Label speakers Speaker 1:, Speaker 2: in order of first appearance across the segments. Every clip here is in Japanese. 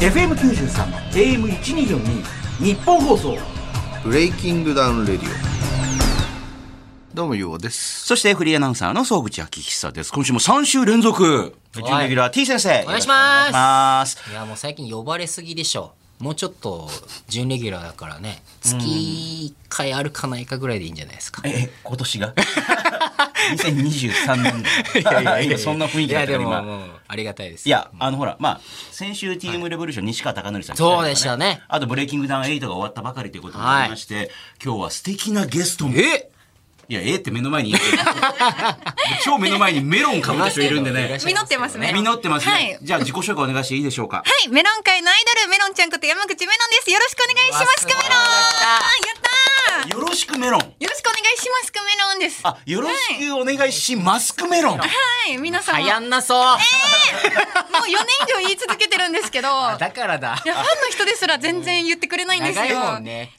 Speaker 1: FM93 AM1242 日本放送
Speaker 2: ブレイキングダウンレディオどうもゆうおです
Speaker 3: そしてフリーアナウンサーの総口昭久です。今週も3週連続、準レギュラー T 先生。
Speaker 4: お願いします
Speaker 3: お願いします
Speaker 4: いやもう最近呼ばれすぎでしょもうちょっと準レギュラーだからね月1回あるかないかぐらいでいいんじゃないですか、
Speaker 3: え、今年 が ?2023 年度。 いやいや 今そんな雰囲気だった
Speaker 4: いや
Speaker 3: から
Speaker 4: で
Speaker 3: 今。
Speaker 4: ももうありがたいです
Speaker 3: いや、あのほら、まあ、先週 TM レボリューション、西川貴教さん来りとか、
Speaker 4: そうでしたね
Speaker 3: あと、ブレイキングダウン8が終わったばかりということもありまして、今日は素敵なゲストも。い
Speaker 4: え
Speaker 3: や、ええって目の前にいるけど超目の前にメロンかぶった人いるんでね。
Speaker 4: しゃい
Speaker 5: 実ってますね。
Speaker 3: 実ってますね。
Speaker 5: はい。
Speaker 3: じゃあ、自己紹介お願いしていいでしょうか。
Speaker 5: はい、メロン界のアイドル、メロンちゃんこと山口メロンです。よろしくお願いしま
Speaker 4: うわす
Speaker 5: す。
Speaker 4: ごい
Speaker 5: メロン。やったー。
Speaker 3: よろしくメロン。
Speaker 5: よろしくお願いします。メロンです。は
Speaker 3: あ、よろしくお願いしますくメロン。
Speaker 5: い、皆さん。
Speaker 4: は
Speaker 5: もう
Speaker 4: やんなそう、
Speaker 5: 4年以上言い続けてるんですけ ど。いや、ファ
Speaker 4: だからだ
Speaker 5: ンの人ですら全然言ってくれないんですよ。
Speaker 4: 長いもんね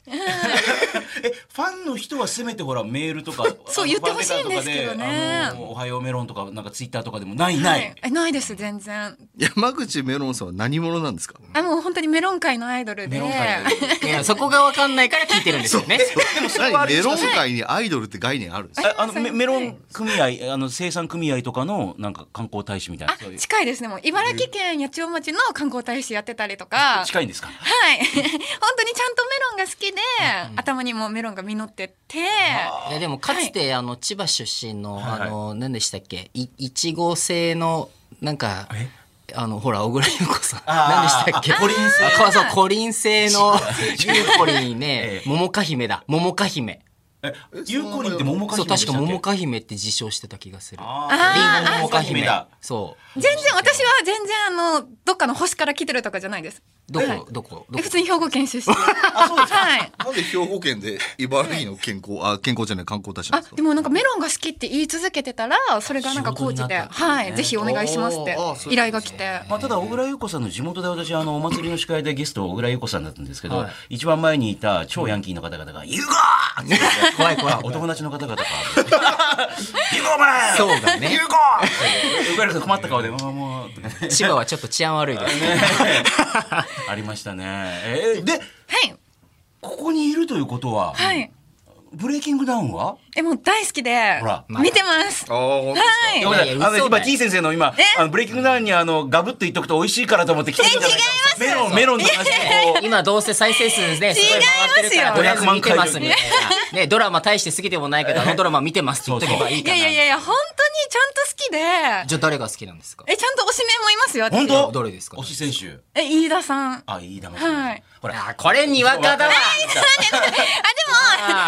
Speaker 3: えファンの人はせめてほらメールとか
Speaker 5: そう言ってほしいんですけ
Speaker 3: ファンレター
Speaker 5: どね
Speaker 3: とかであのおはようメロンとかなんかツイッターとかでもないない、
Speaker 5: はいえないです、全然。
Speaker 2: 山口メロンさんは何者なん ですか
Speaker 5: あ、もう本当にメロン界のアイドルで。
Speaker 3: メロン界のアイド
Speaker 4: いやそこがわかんないから聞いてるんですよね
Speaker 3: でもそれはあ
Speaker 2: 何
Speaker 3: れ
Speaker 2: メロン界にアイドルって概念あるんですか
Speaker 3: ああのメメロン組合あの生産組合とかのなんか観光大使みたいな
Speaker 5: あ
Speaker 3: そうい、う
Speaker 5: 近いですね。もう茨城県八千代町の観光大使やってたりとか。
Speaker 3: 近いんですか
Speaker 5: はい。 本当にちゃんとメロンが好きで、頭にもメロンが実ってて。
Speaker 4: いやでもかつてあの千葉出身の、
Speaker 3: はいはい
Speaker 4: あの何でしたっけいいちご製のなんか
Speaker 3: え
Speaker 4: あのほら小倉優子さん何
Speaker 3: あー
Speaker 4: でしたっけ
Speaker 3: あコリン製
Speaker 4: あそうコリン製のゆうこりん
Speaker 3: え
Speaker 4: ね
Speaker 3: え
Speaker 4: 桃花姫だ桃花姫
Speaker 3: えゆうこりんって桃か
Speaker 4: そ
Speaker 3: 姫で
Speaker 4: う
Speaker 3: した
Speaker 4: 確か
Speaker 3: っけ
Speaker 4: 桃花姫って自称してた気がする
Speaker 3: あー
Speaker 4: リンゴ桃花
Speaker 3: あー桃花
Speaker 4: 姫
Speaker 3: 姫だ
Speaker 4: そう
Speaker 5: 全然私は全然あのどっかの星から来てるとかじゃないです。
Speaker 4: どこどこど
Speaker 5: え
Speaker 4: こ
Speaker 5: 普通に兵庫県出身。はい。
Speaker 2: なんで兵庫県で茨城の健康あ健康じゃない観光大使なん
Speaker 5: あ
Speaker 2: ですか
Speaker 5: でもなんかメロンが好きって言い続けてたらそれがなんか高知
Speaker 4: 仕事に
Speaker 5: で、
Speaker 4: なったってね
Speaker 5: はいぜひお願いしますって
Speaker 2: おーあそういうことですね
Speaker 5: 依頼が来て。
Speaker 3: まあ、ただ小倉優子さんの地元で私あのお祭りの司会でゲスト小倉優子さんだったんですけど、
Speaker 4: はい
Speaker 3: 一番前にいた超ヤンキーの方々が「優、う、子、って
Speaker 4: 怖い怖い
Speaker 3: あお友達の方々か「優子お前
Speaker 4: そうだね
Speaker 3: 優子!」小倉優子さん困った顔 で「もうもう」とかね
Speaker 4: 千葉はちょっと治安悪いです
Speaker 3: ありましたね。えーで
Speaker 5: はい
Speaker 3: ここにいるということは、
Speaker 5: はい。
Speaker 3: ブレイキングダウンは
Speaker 5: えもう大好きで
Speaker 3: ほら
Speaker 5: 見てます。
Speaker 2: あー本当
Speaker 5: は
Speaker 3: ご
Speaker 5: い。違い
Speaker 3: めんなさいあの
Speaker 4: 嘘だ
Speaker 3: 今
Speaker 4: よ
Speaker 3: T 先生の今あのブレイキングダウンにあのガブッと言っとくと美味しいからと思って来てるんじゃないかメロンメロンの話でこう
Speaker 4: 今どうせ再生数ねすごい回ってるから
Speaker 5: 違
Speaker 4: と
Speaker 5: い
Speaker 4: りあ
Speaker 3: ま
Speaker 4: え
Speaker 3: すよ
Speaker 4: ず見てますみたいなねドラマ大して好きでもないけどあのドラマ見てますって言っとけばいいか
Speaker 5: や
Speaker 4: ない
Speaker 5: やいやいや本当にちゃんと好きで。
Speaker 4: じゃあ誰が好きなんですか
Speaker 5: えちゃんと推しメンもいますよ。私
Speaker 3: 本当
Speaker 4: どれですか
Speaker 3: 推し選手
Speaker 5: え飯田 さん。
Speaker 3: あいいだま
Speaker 5: はい
Speaker 3: ほら
Speaker 4: あこれにわかだわ
Speaker 5: あ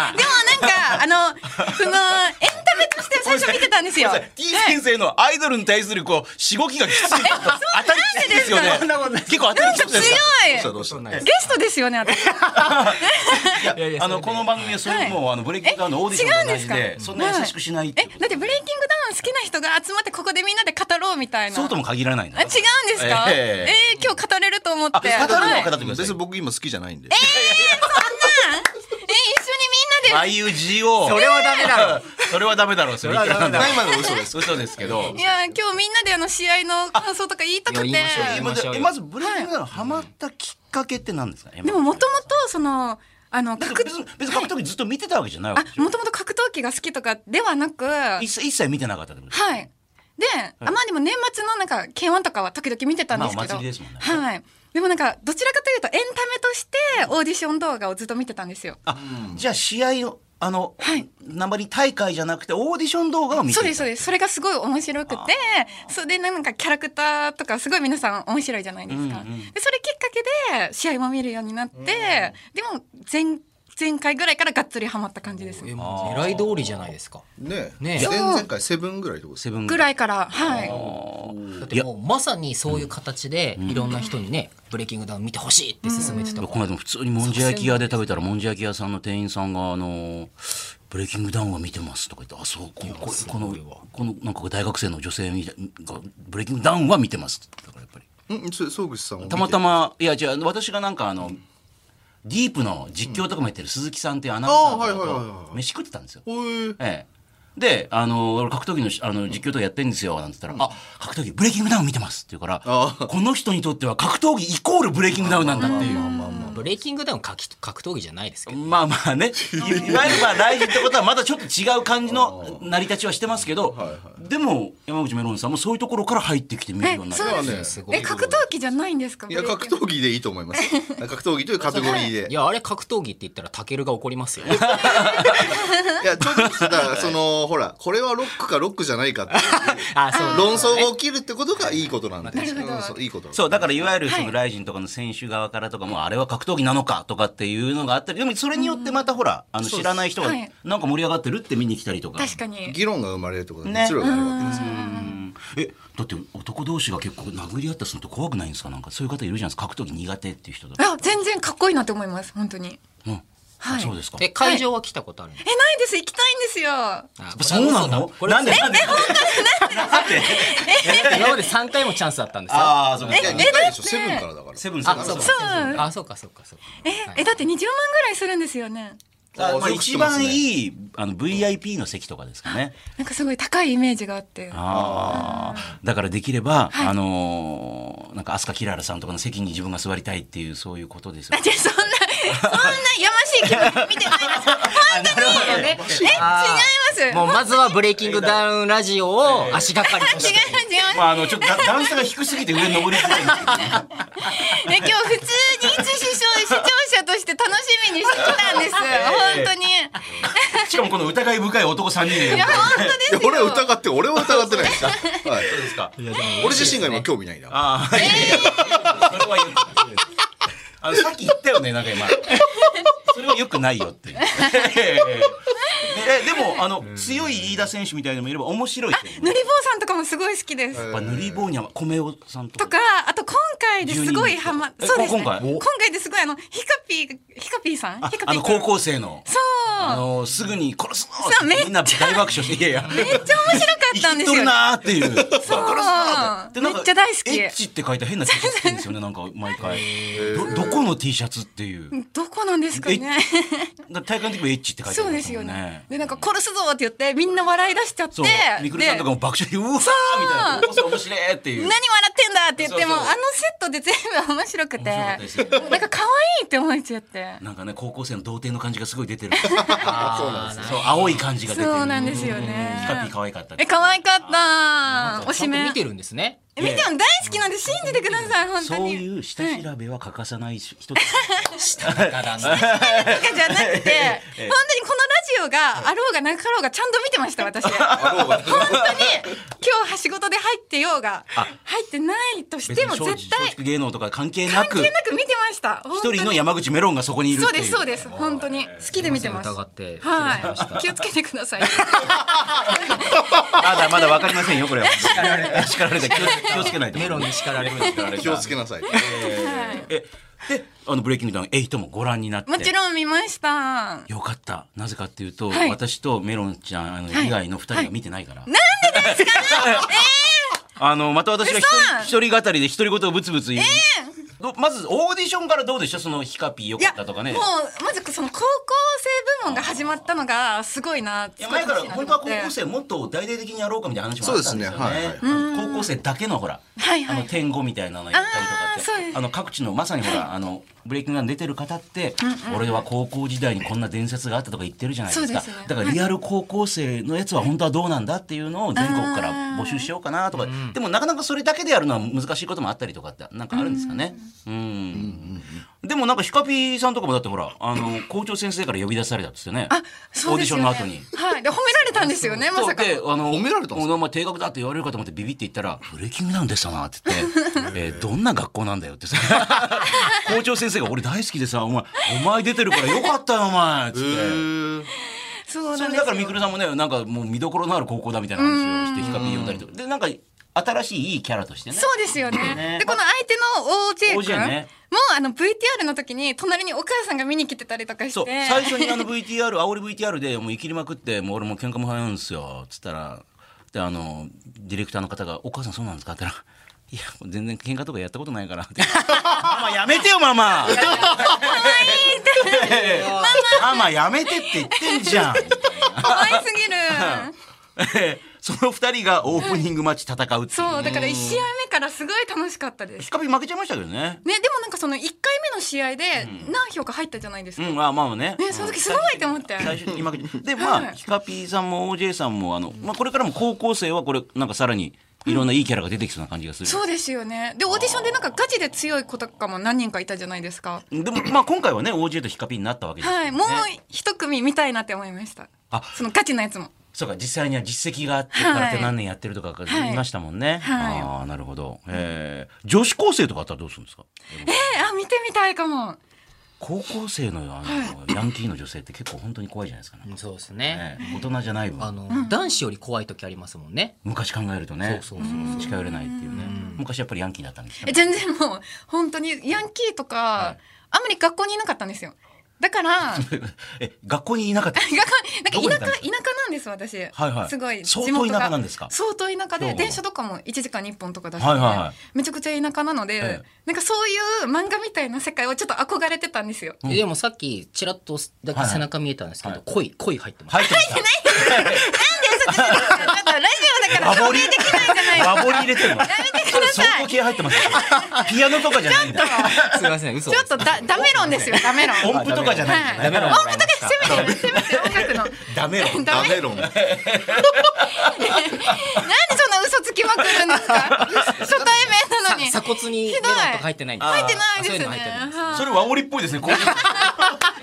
Speaker 4: あ
Speaker 5: でも、でもなんか、あの、 その、エンタメとして最初見てたんですよ。
Speaker 3: T 先生のアイドルに対するこうしごきがきつい当たりきついですよね
Speaker 5: なんでですかそ
Speaker 3: 結
Speaker 5: ん
Speaker 3: 構当たりきつい
Speaker 5: 強
Speaker 3: ですよ
Speaker 2: そう
Speaker 5: い。
Speaker 2: どうしたどうし
Speaker 5: ゲストですよ ね、私。
Speaker 3: いやあのこの番組はそういうもうあのブレイキングダウンのオーディションと同じ
Speaker 5: え
Speaker 3: で
Speaker 5: 違うんですか
Speaker 3: そんな優しくしないって
Speaker 5: え
Speaker 3: こと、
Speaker 5: だってブレイキングダウン好きな人が集まってここでみんなで語ろうみたいな。
Speaker 3: そうとも限らない
Speaker 5: あ、
Speaker 3: な
Speaker 5: 違うんですかえ
Speaker 3: え
Speaker 5: ー今日語れると思って。
Speaker 3: あ語るのは語
Speaker 5: はい
Speaker 3: って
Speaker 2: た
Speaker 3: ください
Speaker 2: 別に僕今好きじゃないんで
Speaker 5: え、一緒にみんなで。
Speaker 3: YUGO
Speaker 4: それはダメだろ
Speaker 3: それはダメだろうそれはダメだろ
Speaker 2: 今の嘘です
Speaker 3: う嘘ですけど
Speaker 5: いや、今日みんなであの試合の感想とか言いたく
Speaker 4: い
Speaker 5: て。
Speaker 4: や言いましょう言い
Speaker 3: まずえまず
Speaker 4: はい
Speaker 3: ブレイキングダウンハマったきっかけって何ですか
Speaker 5: でももともと、その、あの、
Speaker 3: 別
Speaker 5: 格
Speaker 3: に別に格闘技ずっと見てたわけじゃないわ
Speaker 5: あ
Speaker 3: けで、しょ
Speaker 5: もともと格闘技が好きとかではなく、
Speaker 3: 一切一切見てなかったってことです
Speaker 5: はい。で、あまあでも年末のなんか K1 とかは時々見てたんですけど、
Speaker 3: まあお祭りですもんね
Speaker 5: はい。でもなんかどちらかというとエンタメとしてオーディション動画をずっと見てたんですよ。
Speaker 3: あじゃあ試合をあの、
Speaker 5: はい
Speaker 3: 鉛大会じゃなくてオーディション動画を見て
Speaker 5: そうですそう
Speaker 3: う
Speaker 5: です。それがすごい面白くて、それでなんかキャラクターとかすごい皆さん面白いじゃないですか。
Speaker 3: うんうん
Speaker 5: でそれきっかけで試合も見るようになって、でも前前回ぐらいからがっつりハマった感じです。
Speaker 4: えもう狙い通りじゃないですか
Speaker 2: ね
Speaker 4: ね
Speaker 2: 前々回セブンぐらいってことです
Speaker 3: セブン
Speaker 5: ぐらいからはい。
Speaker 4: だってもうまさにそういう形でいろんな人にねブレイキングダウン見てほしいって勧めてた
Speaker 3: この間も普通にもんじゃ焼き屋で食べたらもんじゃ焼き屋さんの店員さんが「あのブレイキングダウンは見てます」とか言って「あそうこここのこのなんか大学生の女性みたいがブレイキングダウンは見てます」だからやっぱり
Speaker 2: うんそ総口さんを見て
Speaker 3: たまたまいや違う私がなんかあのディープの実況とかもやってる鈴木さんっていうアナウンサー
Speaker 2: あーはいはいはい
Speaker 3: と
Speaker 2: はい
Speaker 3: 飯食ってたんですよ。
Speaker 2: おい
Speaker 3: ええで、あの、俺格闘技のしあの実況とかやってんですよ、なんて言ったら、あ、格闘技、ブレイキングダウン見てますって言うから、
Speaker 2: あ
Speaker 3: この人にとっては格闘技イコールブレイキングダウンなんだっていう。
Speaker 4: まあブレイキングダウン格格闘技じゃないですけど
Speaker 3: まあまあね、いわゆるまあ大事ってことはまだちょっと違う感じの成り立ちはしてますけど、でも山口メロンさんもそういうところから入ってきて見る
Speaker 5: え
Speaker 3: ようになる
Speaker 5: そう
Speaker 2: いや
Speaker 5: で
Speaker 2: ね
Speaker 5: す
Speaker 4: すごい
Speaker 5: え格闘技じゃないんですか
Speaker 2: いや格闘技でいいと思います格闘技というカテゴリーで
Speaker 4: いやあれ格闘技って言ったらタケルが怒りますよ
Speaker 2: いやちょっとだからそのほらこれはロックかロックじゃないかっていう
Speaker 4: あそう
Speaker 2: 論争が起きるってことがいいことなんで
Speaker 5: るほど
Speaker 2: うんそういいこと
Speaker 3: そう、だからいわゆるそ
Speaker 5: は
Speaker 3: の
Speaker 5: い
Speaker 3: ライジンとかの選手側からとかも、あれは格闘技なのかとかっていうのがあったり、でもそれによってまたほら、あの知らない人が
Speaker 5: はい
Speaker 3: なんか盛り上がってるって見に来たりとか。
Speaker 5: 確かに
Speaker 2: 議論が生まれるってことは
Speaker 3: ね
Speaker 2: 熱量があるわけですよ
Speaker 3: うんえ、だって男同士が結構殴り合ったりすると怖くないんですかなんかそういう方いるじゃないですか。格闘技苦手っていう人だ。
Speaker 5: あ全然かっこいいなって思います本当に
Speaker 3: うん。
Speaker 5: はい
Speaker 3: あそうですか。
Speaker 4: え会場は来たことあるの
Speaker 5: えないです行きたいんですよ
Speaker 4: あ
Speaker 3: やっぱそうなの
Speaker 4: これ
Speaker 3: なんで
Speaker 4: 嘘
Speaker 3: な
Speaker 4: だ
Speaker 3: んでなんで
Speaker 4: 今まで3回もチャンスだったんですよ
Speaker 3: ああ、そうです
Speaker 2: いや
Speaker 3: か
Speaker 2: 二。回でしょセブンからだから
Speaker 3: セブンさん
Speaker 4: あ
Speaker 3: そ
Speaker 4: そう
Speaker 3: か
Speaker 4: うか。
Speaker 5: そう
Speaker 4: あそうかそうかそうか
Speaker 5: ええだって20万ぐらいするんですよね
Speaker 3: あまあ
Speaker 2: あ
Speaker 3: 一番
Speaker 2: い
Speaker 3: いいあの VIP の席とかですかね。
Speaker 5: なんかすごい高いイメージがあって
Speaker 3: ああ、だからできれば、あのーなんか飛鳥キララさんとかの席に自分が座りたいっていうそういうことですよ。
Speaker 5: じゃあそんなそんなやましい気分見てないです本当にえ違います違い
Speaker 4: もう
Speaker 5: ま
Speaker 4: まずはブレイキングダウンラジオを足がかりと
Speaker 5: す違
Speaker 4: して
Speaker 5: います
Speaker 3: まああのちょっとだ段差が低すぎて上に登りづらいんですけどね。
Speaker 5: ね、今日普通に一視聴視聴者として楽しみにしてきたんです本当にい
Speaker 3: しかもこの疑い深い男三人で。
Speaker 5: や本当です
Speaker 2: や
Speaker 5: よ
Speaker 2: 俺は疑って俺は疑ってない です、はい、
Speaker 3: ですか。
Speaker 2: 俺自身が今興味ないな
Speaker 3: ああ、いやそれは言う。あのさっき言ったよねなんか今。それは良くないよ っていう。えでもあの強い飯田選手みたいなのもいれば面白いっていう
Speaker 5: 塗り棒さんとかもすごい好きです、
Speaker 3: やっぱ塗り棒には米尾さんと
Speaker 5: とかあと今回ですごいハマ
Speaker 3: 12
Speaker 5: そうですね
Speaker 3: え今回
Speaker 5: ですごいあのヒカピーヒカピーさん
Speaker 3: あ
Speaker 5: ヒカ
Speaker 3: あ
Speaker 5: ピ
Speaker 3: の
Speaker 5: ー君
Speaker 3: 高校生の。
Speaker 5: そう
Speaker 3: あのすぐに殺す
Speaker 5: そ
Speaker 3: の
Speaker 5: うめっちゃ
Speaker 3: みんな大爆笑していやいや
Speaker 5: めっちゃ面白かったん
Speaker 3: 生
Speaker 5: で
Speaker 3: き
Speaker 5: す
Speaker 3: と
Speaker 5: よ
Speaker 3: るなーっていう
Speaker 5: そうめっちゃ大好き
Speaker 3: エッチって書いた変な T シャツ着てるんです よねなんか毎回どどこの T シャツっていう
Speaker 5: どこなんですかね
Speaker 3: だ体感的にもエッチって書いてあ
Speaker 5: そう
Speaker 3: りま
Speaker 5: ですす
Speaker 3: も
Speaker 5: よ
Speaker 3: ん
Speaker 5: ね
Speaker 3: ね
Speaker 5: でなんか殺すぞって言ってみんな笑い出しちゃって
Speaker 3: そうみくるさんとかも
Speaker 5: で
Speaker 3: 爆笑でうわーみたいなこそ面白いっていう
Speaker 5: 何笑ってんだって言っても
Speaker 3: そうそう
Speaker 5: あのセットで全部面白くて
Speaker 3: 面白かったですよ
Speaker 5: なんか可愛いって思えちゃって
Speaker 3: なんかね高校生の童貞の感じがすごい出てる
Speaker 4: そうなんです
Speaker 3: そう青い感じが出てる
Speaker 5: そうなんですよね
Speaker 3: うんヒカピー可愛かった
Speaker 5: え可愛かったお
Speaker 4: ちゃ
Speaker 5: し
Speaker 4: んと
Speaker 5: め
Speaker 4: 見てるんですね
Speaker 5: え見ても大好きなんで信じてください本当
Speaker 3: そ
Speaker 5: に
Speaker 3: ういう下調べは欠かさない人です
Speaker 5: とかじゃなくて、 本当にこのラジオがあろうがなかろうがちゃんと見てまし た私。本
Speaker 2: あろうが
Speaker 5: 当に今日は仕事で入ってようが入ってないとしても
Speaker 3: 別に
Speaker 5: 絶
Speaker 3: 松
Speaker 5: 対
Speaker 3: 竹芸能とか関係な
Speaker 5: 関
Speaker 3: く
Speaker 5: 係なく見てました。本当
Speaker 3: 一
Speaker 5: に
Speaker 3: 人の山口メロンがそこにいる
Speaker 5: そ
Speaker 3: っ
Speaker 5: う
Speaker 3: てい
Speaker 5: で
Speaker 3: う
Speaker 5: すそうです本当に好きで見てます。
Speaker 4: 疑
Speaker 5: は
Speaker 4: って
Speaker 5: い気をつけてく ださい。
Speaker 3: まだまだわかりませんよこれは叱られた気をつ気をつけないと
Speaker 4: メロンに叱られる
Speaker 2: 気をつけなさい
Speaker 3: えであのブレイキングダウン8もご覧になって
Speaker 5: もちろん見ました。
Speaker 3: よかったなぜかっていうと、
Speaker 5: はい
Speaker 3: 私とメロンちゃんあの、
Speaker 5: はい
Speaker 3: 以外の2人が見てないから、あのまた私が一人一人語りで独り言をブツブツ言う、どまずオーディションからどうでしたそのヒカピーよ
Speaker 5: い
Speaker 3: か
Speaker 5: や
Speaker 3: ったとか
Speaker 5: も
Speaker 3: ね
Speaker 5: うまずその高校生部門が始まったのがすごいな。
Speaker 3: いや前から本当は高校
Speaker 5: 生。
Speaker 3: 生もっと大々的にやろうかみたいな話もあったんですよね
Speaker 2: そうです
Speaker 3: 高校生だけのほら、
Speaker 5: はいはい
Speaker 3: あの点5みたいなのやったりとか
Speaker 5: あーそう
Speaker 3: っ
Speaker 5: で
Speaker 3: て
Speaker 5: す
Speaker 3: あの各地のまさにほ ら、あのブレイキングダウン出てる方って、俺は高校時代にこんな伝説があったとか言ってるじゃないですか
Speaker 5: そうですね
Speaker 3: だからリアル高校生のやつは本当はどうなんだっていうのを全国から募集しようかなとかでもなかなかそれだけでやるのは難しいこともあったりとかってなんかあるんですかね。うんでもなんかヒカピーさんとかもだってほらあの校長先生から呼び出されたっつってね
Speaker 5: あ、そうですよね。
Speaker 3: オーディションの後に。
Speaker 5: はい。で褒められたんですよねま
Speaker 3: そう
Speaker 5: さか。
Speaker 3: であの
Speaker 2: 褒められたんですか
Speaker 3: お名前定額だって言われるかと思ってビビって言ったら「ブレイキングダウンでしたな」って 言って、えーどんな学校なんだよ」 ってさ校長先生が「俺大好きでさお前お前出てるからよかったよお前」っつって。
Speaker 5: そう
Speaker 3: そ
Speaker 5: なん
Speaker 3: れ
Speaker 5: で
Speaker 3: だ
Speaker 5: す
Speaker 3: から
Speaker 5: よ
Speaker 3: みくるさんもねなんかもう見どころのある高校だみたいな話をしてヒカピー呼んだりとかでなんか新しいいいキャラとしてね
Speaker 5: そうですよね。
Speaker 3: ね
Speaker 5: でこの相手の OJ 君
Speaker 3: OJ ね
Speaker 5: もうあの VTR の時に隣にお母さんが見に来てたりとかして、
Speaker 3: そう最初にあの VTR 煽り VTR でもう生きりまくってもう俺もう喧嘩も早いんですよっつったらであのディレクターの方が「お母さんそうなんですか?」って言ったら「いやもう全然喧嘩とかやったことないから」 って「ママやめてよママ!」「 ママやめて」って言ってんじゃん
Speaker 5: 可愛すぎる。
Speaker 3: その二人がオープニングマッチ戦うっていう、
Speaker 5: そうだから1試合目からすごい楽しかったです
Speaker 3: ヒカピン負けちゃいましたけどね。
Speaker 5: ね、でもなんかその1回目の試合で何票か入ったじゃないです
Speaker 3: う
Speaker 5: か、
Speaker 3: ん、まあまあね。
Speaker 5: ねその時すごいと思って
Speaker 3: 最初 に負けてで、ま
Speaker 5: は
Speaker 3: あ、
Speaker 5: い
Speaker 3: ヒカピーさんも OJ さんも、あの、まあ、これからも高校生は、これ、なんかさらに、いろんないいキャラが出てきそうな感じがする。
Speaker 5: そうですよねでオーディションでなんかガチで強い子とかも何人かいたじゃないですか
Speaker 3: でも、まあ、今回はね、OJ とヒカピーになったわけですよ
Speaker 5: はい
Speaker 3: ね。
Speaker 5: もう一組見たいなって思いました
Speaker 3: あ
Speaker 5: そのガチなやつも
Speaker 3: そうか実際には実績があって
Speaker 5: はい
Speaker 3: 空手何年やってるとかが
Speaker 5: はい
Speaker 3: 言いましたもんね。
Speaker 5: はい
Speaker 3: ああなるほど、えー。女子高生とかあったらどうするんですか。
Speaker 5: えあ見てみたいかも
Speaker 3: 高校生のあのヤンキーの女性って結構本当に怖いじゃないですか、ね。
Speaker 4: そうですね。
Speaker 3: えー大人じゃない
Speaker 4: あ
Speaker 3: 分
Speaker 4: の、男子より怖い時ありますもんね。
Speaker 3: 昔考えるとね
Speaker 4: そうそうそう
Speaker 3: 近寄れないっていうね昔やっぱりヤンキーだったんです
Speaker 5: え全然もう本当にヤンキーとか、
Speaker 3: い
Speaker 5: あんまり学校にいなかったんですよだから 学校
Speaker 3: え学校にいなかったどこにい
Speaker 5: なん
Speaker 3: た
Speaker 5: か
Speaker 3: ん
Speaker 5: 田
Speaker 3: です
Speaker 5: 舎田舎なんです私、
Speaker 3: はいはい
Speaker 5: すごい
Speaker 3: 相当
Speaker 5: 地元が
Speaker 3: 田舎なんですか
Speaker 5: 相当田舎
Speaker 3: ほうほ
Speaker 5: で
Speaker 3: う
Speaker 5: 電車とかも1時間に1本とかだったので、
Speaker 3: はいはいはい
Speaker 5: めちゃくちゃ田舎なので、
Speaker 3: ええ
Speaker 5: なんかそういう漫画みたいな世界をちょっと憧れてた んですよ
Speaker 3: うん
Speaker 4: でもさっき、ちらっとだけ背中見えたんですけ
Speaker 3: は
Speaker 4: ど、
Speaker 3: い
Speaker 4: 恋、恋入ってます。
Speaker 3: 入ってました
Speaker 5: ちょっとラジオだから
Speaker 3: 和
Speaker 5: 証
Speaker 3: 彫り
Speaker 5: 明できないじゃないですか
Speaker 3: 和彫り入れてるのそれ相当気合入ってますよピアノとかじゃないんだ
Speaker 4: すいません、嘘
Speaker 5: ちょっとだダメ論ですよダメ論
Speaker 3: 音符とかじゃないんだね
Speaker 5: ダメ
Speaker 4: 論
Speaker 5: 音符とかせめてせめて音楽のなんで
Speaker 3: ダメよ
Speaker 2: ダメロン。
Speaker 5: そんな嘘つきまくる んですか初対面なのに
Speaker 4: さ鎖骨にメロンとか入ってないんです
Speaker 5: 入ってないで
Speaker 4: あそうい
Speaker 5: す
Speaker 4: う
Speaker 5: ね
Speaker 4: の入ってない
Speaker 5: はい
Speaker 3: それ和織っぽいですねこういう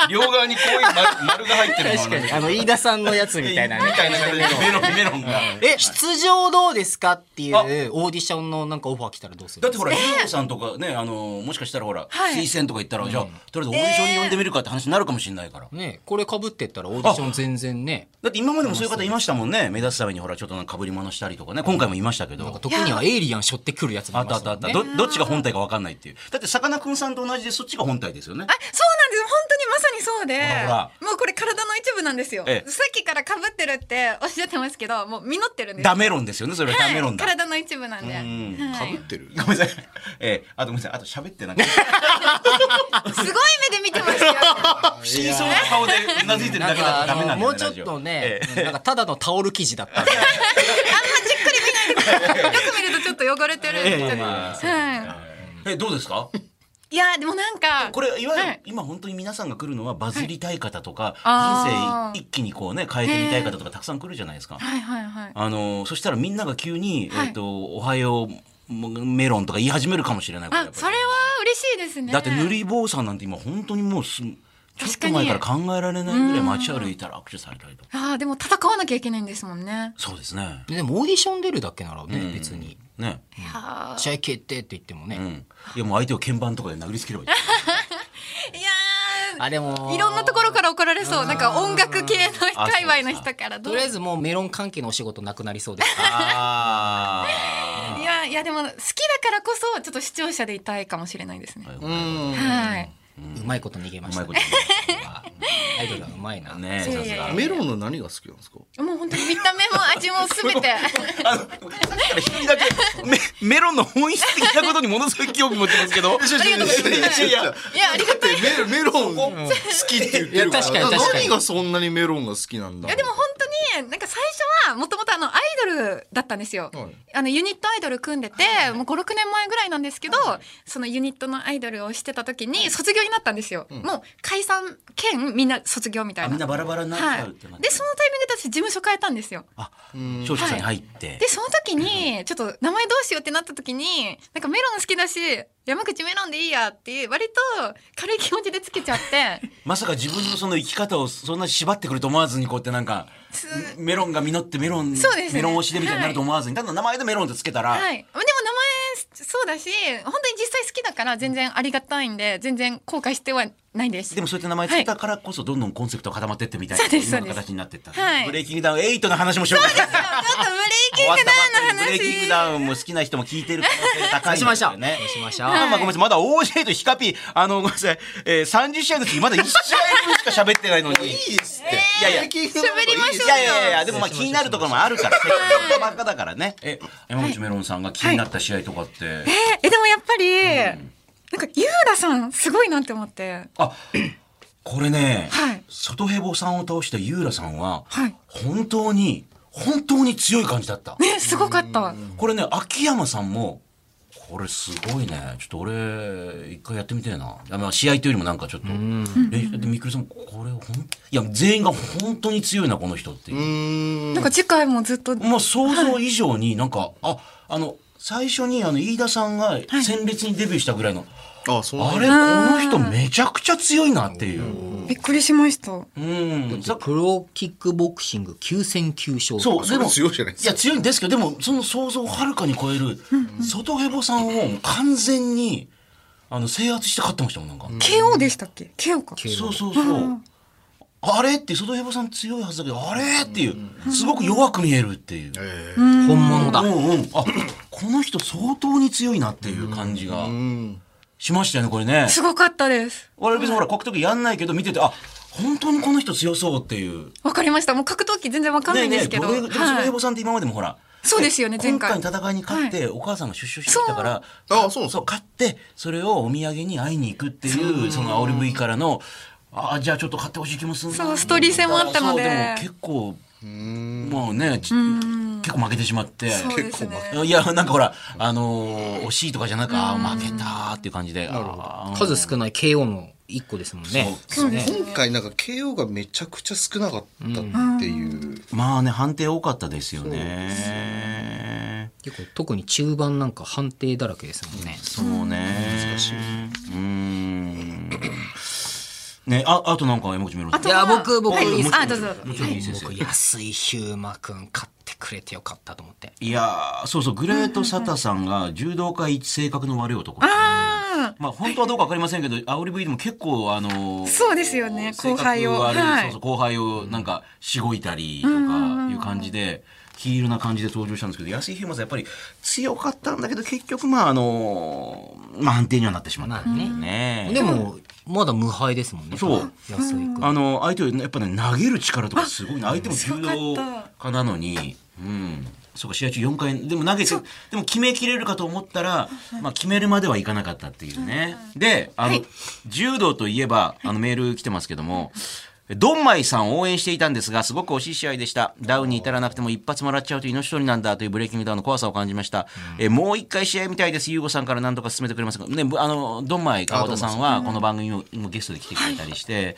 Speaker 3: 両側にこういう丸丸が入ってるの
Speaker 4: 確かに。あの、飯田さんのやつみたいなね。
Speaker 3: みたいな感じでメロンメロンが
Speaker 4: え、出場どうですかっていう
Speaker 3: あ
Speaker 4: オーディションのなんかオファー来たらどうする
Speaker 3: だってほら、ヒーローさんとかね、あの、もしかしたらほら、
Speaker 5: はい
Speaker 3: 推薦とか言ったら、じゃあ、とりあえずオーディションに呼んでみるかって話になるかもしれないから。
Speaker 4: ねこれ被ってったらオーディション全然ね、
Speaker 3: だって今までもそういう方いましたもんね。目立つためにほら、ちょっとなんか被り物したりとかね。今回もいましたけど。
Speaker 4: 時にはエイリアン背負ってくるやつも
Speaker 3: あ
Speaker 4: い
Speaker 3: っ
Speaker 4: ま
Speaker 3: たあっ
Speaker 4: す
Speaker 3: たあ
Speaker 4: もん
Speaker 3: った。
Speaker 4: ね。
Speaker 3: ど、どっちが本体か分かんないっていう。だって、さかなクンさんと同じで、そっちが本体ですよね
Speaker 5: あ。そうなんです本当にまさにそうで
Speaker 3: ほら
Speaker 5: もうこれ体の一部なんですよ、
Speaker 3: ええ
Speaker 5: さっきからかぶってるっておっしゃってますけどもう実ってるんです
Speaker 3: ダメロンですよね。それはダメロンだ。
Speaker 5: はい、体の一部なんで、
Speaker 3: ん
Speaker 5: は
Speaker 2: かぶ
Speaker 5: い
Speaker 2: っ、てる。
Speaker 3: ごめんなさい。えー、あとごめんなさい。あと喋ってなん か、
Speaker 5: すごい目で見てましたよ
Speaker 3: 不思議そうな顔でうなずいてるだけだとダメなんだよね
Speaker 4: もうちょっとね、なんかただのタオル生地だったんで
Speaker 5: よく見るとちょっと汚れてる
Speaker 3: ラジオえーえー
Speaker 5: は
Speaker 3: えーえーどうですか
Speaker 5: い、いやでもなんか
Speaker 3: これいわゆる、
Speaker 5: はい
Speaker 3: 今本当に皆さんが来るのはバズりたい方とか、
Speaker 5: あー
Speaker 3: 人生一気にこうね変えてみたい方とかたくさん来るじゃないですか。
Speaker 5: はいはいはい
Speaker 3: あのそしたらみんなが急に、
Speaker 5: はい
Speaker 3: えっとおはようメロンとか言い始めるかもしれないから
Speaker 5: あ
Speaker 3: やっぱり
Speaker 5: それは嬉しいですね
Speaker 3: だって塗り坊さんなんて今本当にもうすちょっ
Speaker 5: 確
Speaker 3: と
Speaker 5: かに
Speaker 3: 前から考えられないぐらい街歩いたら握手されたりとか。
Speaker 5: あーでも戦わなきゃいけないんですもんね
Speaker 3: そうですね。
Speaker 4: でもオーディション出るだけならね、別に
Speaker 3: ね。
Speaker 5: いや
Speaker 4: 試合決定って言ってもね、
Speaker 3: うん。いやもう相手を鍵盤とかで殴りつければいい。
Speaker 5: ーい
Speaker 4: あでも
Speaker 5: やーいろんなところから怒られそうなんか音楽系の
Speaker 3: あ
Speaker 5: 界隈の人からど
Speaker 4: と
Speaker 5: う
Speaker 4: りあえずもうメロン関係のお仕事なくなりそうですから
Speaker 3: あ
Speaker 5: いやいやでも好きだからこそちょっと視聴者でいたいかもしれないですね
Speaker 3: あ。
Speaker 5: はい。
Speaker 4: うまいこと逃げま
Speaker 3: う
Speaker 4: し
Speaker 3: ま
Speaker 4: た
Speaker 3: い
Speaker 4: ね、
Speaker 3: こと
Speaker 4: アイドルはうまいな、
Speaker 3: 言うね。ねえ、さすが。
Speaker 2: メロンの何が好きなんですか。
Speaker 5: もう本当に見た目も味もすべて。
Speaker 3: あの、さっきから一人だけメメロンの本質的なことにものすごい興味持ってますけど。
Speaker 5: ありがとうございます。
Speaker 2: い
Speaker 5: い
Speaker 2: や
Speaker 5: や
Speaker 2: いや
Speaker 5: ありがとう。い
Speaker 2: メメロン好きって言ってるから。
Speaker 4: いや確かに確か
Speaker 2: 何
Speaker 4: に
Speaker 2: がそんなにメロンが好きなんだ。
Speaker 5: やでも本当になんか最初はもともとあのアイドルだったんですよ。
Speaker 2: はい
Speaker 5: あのユニットアイドル組んでてもう五六年前ぐらいなんですけど、そのユニットのアイドルをしてた時に卒業になったんですよ。もう解散兼みんな卒業みたい
Speaker 3: あ
Speaker 5: な。
Speaker 3: みんなバラバラになっち
Speaker 5: は
Speaker 3: ゃ
Speaker 5: いう
Speaker 3: ってなっ。て
Speaker 5: でそのタイミングで私事務所変えたんですよ。
Speaker 3: あ、少々さんに入って
Speaker 5: で。その時にちょっと名前どうしようってなった時になんかメロン好きだし山口メロンでいいやって割と軽い気持ちでつけちゃって
Speaker 3: まさか自分のその生き方をそんな縛ってくると思わずにこうやってなんか。
Speaker 5: す
Speaker 3: メロンが実ってメロン、
Speaker 5: そうです
Speaker 3: メ
Speaker 5: ね
Speaker 3: ロン推しでみたいになると思わずに、ただ名前でメロンってつけたら、
Speaker 5: はい、でも名前そうだし本当に実際好きだから全然ありがたいんで全然後悔してはないです
Speaker 3: でもそういった名前つけたからこそどんどんコンセプトが固まってってみたいな、
Speaker 5: そうです
Speaker 3: 今の
Speaker 5: そうです
Speaker 3: 形になってった、
Speaker 5: はい
Speaker 3: ブレイキングダウン8の話もしようかな
Speaker 5: ちょっとブレイキ
Speaker 3: 終
Speaker 5: ン
Speaker 3: わっ
Speaker 5: グ
Speaker 3: たば
Speaker 5: ダ
Speaker 3: っかりブレイキン
Speaker 5: ウ
Speaker 3: グ
Speaker 5: ンの話
Speaker 3: ダウンも好きな人も聞いてる可能性高いん
Speaker 4: しま
Speaker 3: で
Speaker 4: し
Speaker 3: す
Speaker 4: ょ
Speaker 3: よ
Speaker 4: う、
Speaker 3: ね。
Speaker 4: しましょう、
Speaker 5: は
Speaker 3: まあ
Speaker 5: い
Speaker 3: まあごめんなさいまだ OJ とヒカピあのごめんなさい、えー、30試合の時まだ1試合分しか喋ってないのに い
Speaker 2: いいっすって。
Speaker 3: やいや
Speaker 2: 最近の方がいいっす
Speaker 5: 喋りましょう
Speaker 3: やいやいやでもまあ気になるところもあるからせっかくばっかだからねえ山口メロンさんが気になった試合とかって、
Speaker 5: ええでもやっぱり、なんかユーラさんすごいなって思って
Speaker 3: あこれね、
Speaker 5: はい
Speaker 3: 外ヘボさんを倒したユーラさんは、
Speaker 5: はい
Speaker 3: 本当に本当に強い感じだった。
Speaker 5: ねすごかった
Speaker 3: これね、秋山さんも、これすごいね。ちょっと俺、一回やってみてえな。あまあ、試合というよりもなんかちょっと。え、で、みくりさんも、これほん、いや、全員が本当に強いな、この人っていう。
Speaker 5: なんか次回もずっと
Speaker 3: もう想像以上になんか、あ、あの、最初にあの、飯田さんが鮮烈にデビューしたぐらいの、
Speaker 2: あそう
Speaker 3: あれ、この人めちゃくちゃ強いなっていう。
Speaker 5: びっくりしました
Speaker 3: うん。さ
Speaker 4: プロキックボクシング9戦9勝
Speaker 3: そうう、
Speaker 2: それ
Speaker 3: でも、
Speaker 2: 強いじゃないですか
Speaker 3: や、強いんですけど、でも、その想像をはるかに超える、外ヘボさんを完全に、あの、制圧して勝ってましたもん、なんか。
Speaker 5: KO でしたっけ KO か
Speaker 3: そうそうそう。あれって、外ヘボさん強いはずだけど、あれっていう、すごく弱く見えるっていう。
Speaker 4: 本物だ
Speaker 3: うんうん。あ、この人相当に強いなっていう感じがしましたよね、これね。
Speaker 5: すごかったです
Speaker 3: 我々別にほら、格闘技やんないけど、見てて、あ、本当にこの人強そうっていう。
Speaker 5: わかりましたもう格闘技全然わかんないんですけど、
Speaker 3: ねえねえでも
Speaker 5: はい
Speaker 3: 平子さんって今までもほら。
Speaker 5: そうですよね前回
Speaker 3: 今回の戦いに勝って、お母さんが出所してきたから。
Speaker 2: あそう
Speaker 3: そ、
Speaker 2: そう
Speaker 3: 勝って、それをお土産に会いに行くっていう、その煽り V からの、あじゃあちょっと買ってほしい気もするな
Speaker 5: そうストーリー性もあったので
Speaker 3: そうも結構、もうね、ち結構負けてしまって。
Speaker 5: そうですね
Speaker 3: いや、なんかほら、あのー惜しいとかじゃなく、あー負けたーっていう感じで。あー
Speaker 4: 数少ない KO の1個ですもんね
Speaker 5: そうですね
Speaker 2: 今回なんか KO がめちゃくちゃ少なかったっていう、
Speaker 3: まあね、判定多かったですよね。
Speaker 4: 結構特に中盤なんか判定だらけですもんね
Speaker 3: そうね。難しい。うーん。ね、あ、あとなんか山口メロさん
Speaker 5: あと
Speaker 4: いや僕僕
Speaker 5: はい
Speaker 4: もう一
Speaker 5: あどうぞ
Speaker 3: もちろんいい先生
Speaker 4: 僕安井ヒューマくん買ってくれてよかったと思って
Speaker 3: いやー、そうそう、グレートサタさんが柔道界一性格の悪い男。
Speaker 5: あ
Speaker 3: まあ本当はどうかわかりませんけど、アオリブイでも結構あのー
Speaker 5: そうですよね
Speaker 3: 性格
Speaker 5: 後輩を
Speaker 3: 悪い
Speaker 5: はい
Speaker 3: そうそう後輩をなんかしごいたりとかいう感じで。ヒールな感じで登場したんですけど、安井ヒューマンさんやっぱり強かったんだけど、結局まああのーまあ判定にはなってしまったっていうね。
Speaker 4: でもまだ無敗ですもんね
Speaker 3: そう
Speaker 4: 安井くん
Speaker 3: あの相手をやっぱね投げる力とかすごいな相手も柔道
Speaker 5: すごかっ
Speaker 3: 家なのにうんそうか試合中4回でも投げてでも決めきれるかと思ったら、まあ、決めるまではいかなかったっていうねであの、柔道といえばあのメール来てますけどもドンマイさんを応援していたんですがすごく惜しい試合でしたダウンに至らなくても一発もらっちゃうと命取りなんだというブレイキングダウンの怖さを感じました、えもう一回試合みたいですユーゴさんから何とか進めてくれませんか、ね、ぶあのドンマイ川田さんはこの番組ももゲストで来てくれたりして、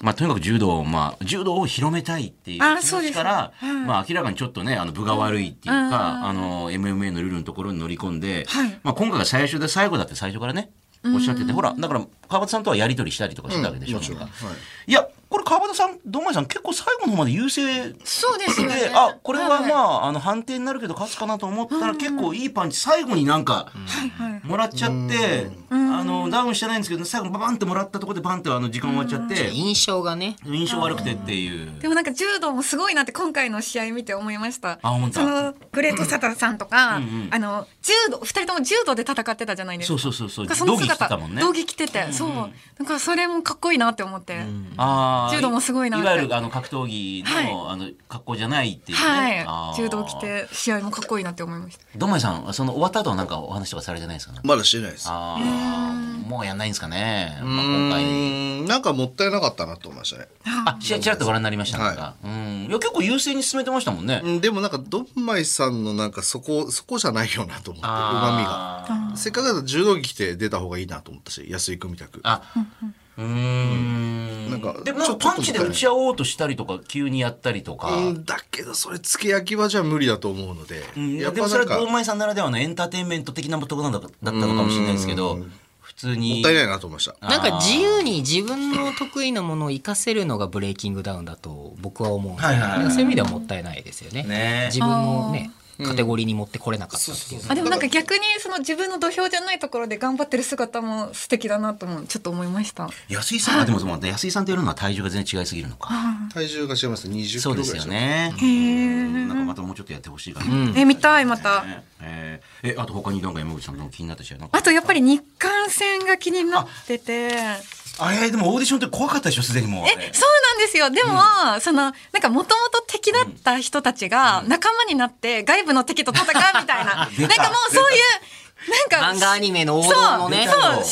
Speaker 3: まあ、とにかく柔道を、まあ、柔道を広めたいっていう
Speaker 5: あ
Speaker 3: 気
Speaker 5: そ
Speaker 3: 持
Speaker 5: うで
Speaker 3: ち
Speaker 5: す
Speaker 3: から、まあ、明らかにちょっとねあの部が悪いっていうかあの MMA のルールのところに乗り込んで、
Speaker 5: はい
Speaker 3: まあ、今回が最初で最後だって最初からねおっしゃっててほらだから川端さんとはやり取りしたりとかしてたわけでしょ、なんかいやこれ川端さん堂前さん結構最後の方まで優勢
Speaker 5: そうですよね
Speaker 3: であこれはま
Speaker 5: あ
Speaker 3: ああの判定になるけど勝つかなと思ったら結構いいパンチ最後になんかもらっちゃってあのダウンしてないんですけど最後ババンってもらったところでバンってあの時間終わっちゃって
Speaker 4: 印象がね
Speaker 3: 印象悪くてっていう。
Speaker 5: でもなんか柔道もすごいなって今回の試合見て思いました。
Speaker 3: あ思った
Speaker 5: そのグレートサタさんとか、あの柔道二人とも柔道で戦ってたじゃないです
Speaker 3: そう
Speaker 5: か。
Speaker 3: そうそうそう。
Speaker 5: なんか
Speaker 3: 同期してたもんね。
Speaker 5: 道着着てて、そう。なんかそれもかっこいいなって思って。
Speaker 3: あー
Speaker 5: 柔道もすごいなって
Speaker 3: いわゆるあの格闘技の、あの格好じゃないっていうね。あ
Speaker 5: はい。
Speaker 3: ー
Speaker 5: 柔道着。て試合もかっこいいなって思いました。
Speaker 3: どんまいさんその終わった後はなんかお話とかされてないですかね。
Speaker 2: まだしてないです
Speaker 3: ああもうやんないんですかね。まあ、今
Speaker 2: う
Speaker 3: 回。
Speaker 2: ーんなんかもったいなかったなと思いましたね
Speaker 3: あ試合ちらっとご覧になりましたなんか。うんいや結構優勢に進めてましたもんね。
Speaker 2: うんでもなんかドンマイさんのなんかそこそこじゃないよなと思ってうま
Speaker 3: あー
Speaker 2: みがせっかくだったら柔道着着て出た方がいいなと思ったし安井君みたく
Speaker 3: あうーん
Speaker 2: なんか
Speaker 3: でもなんかパンチで打ち合おうとしたりとか急にやったりとか、
Speaker 2: うんだけどそれ付け焼きはじゃ無理だと思うので、
Speaker 3: うん
Speaker 2: やっ
Speaker 3: でも
Speaker 2: ぱ
Speaker 3: そ
Speaker 2: な
Speaker 3: れ
Speaker 2: んか
Speaker 3: は
Speaker 2: も
Speaker 3: 堂
Speaker 2: っ
Speaker 3: 前さんならではのエンターテインメント的なところなんだだったのかもしれないですけど普通に
Speaker 2: たいないなと思いました
Speaker 4: なんか自由に自分の得意なものを活かせるのがブレイキングダウンだと僕は思うので
Speaker 3: はいはいはい
Speaker 4: なんかそういう意味ではもったいないですよね
Speaker 3: ね
Speaker 4: 自分のねカテゴリーに持ってこれなかったっていう
Speaker 5: あでもなんか逆にその自分の土俵じゃないところで頑張ってる姿も素敵だなともちょっと思いました。
Speaker 3: 安井さんはでもそうなんだ安井さんとやるのは体重が全然違いすぎるのか
Speaker 2: 体重が違います2 0キ
Speaker 3: そ
Speaker 2: ロ
Speaker 3: う
Speaker 2: ぐ
Speaker 3: で
Speaker 2: らい
Speaker 3: す
Speaker 2: で
Speaker 3: よ
Speaker 2: す
Speaker 3: ねうんなんかまたもうちょっとやってほしいかな、ね
Speaker 5: え見たいまた。
Speaker 3: えーえあと他になんか山口さんの気になった試合なんか
Speaker 5: あとやっぱり日韓戦が気になってて。
Speaker 3: あれでもオーディションって怖かったでしょすでにもう
Speaker 5: え、そうなんですよ。でも、その、なんか、もともと敵だった人たちが、仲間になって、外部の敵と戦うみたいな。なんかもう、そういう、なんか、
Speaker 4: 漫画アニメの王道のね
Speaker 5: そう、そう少年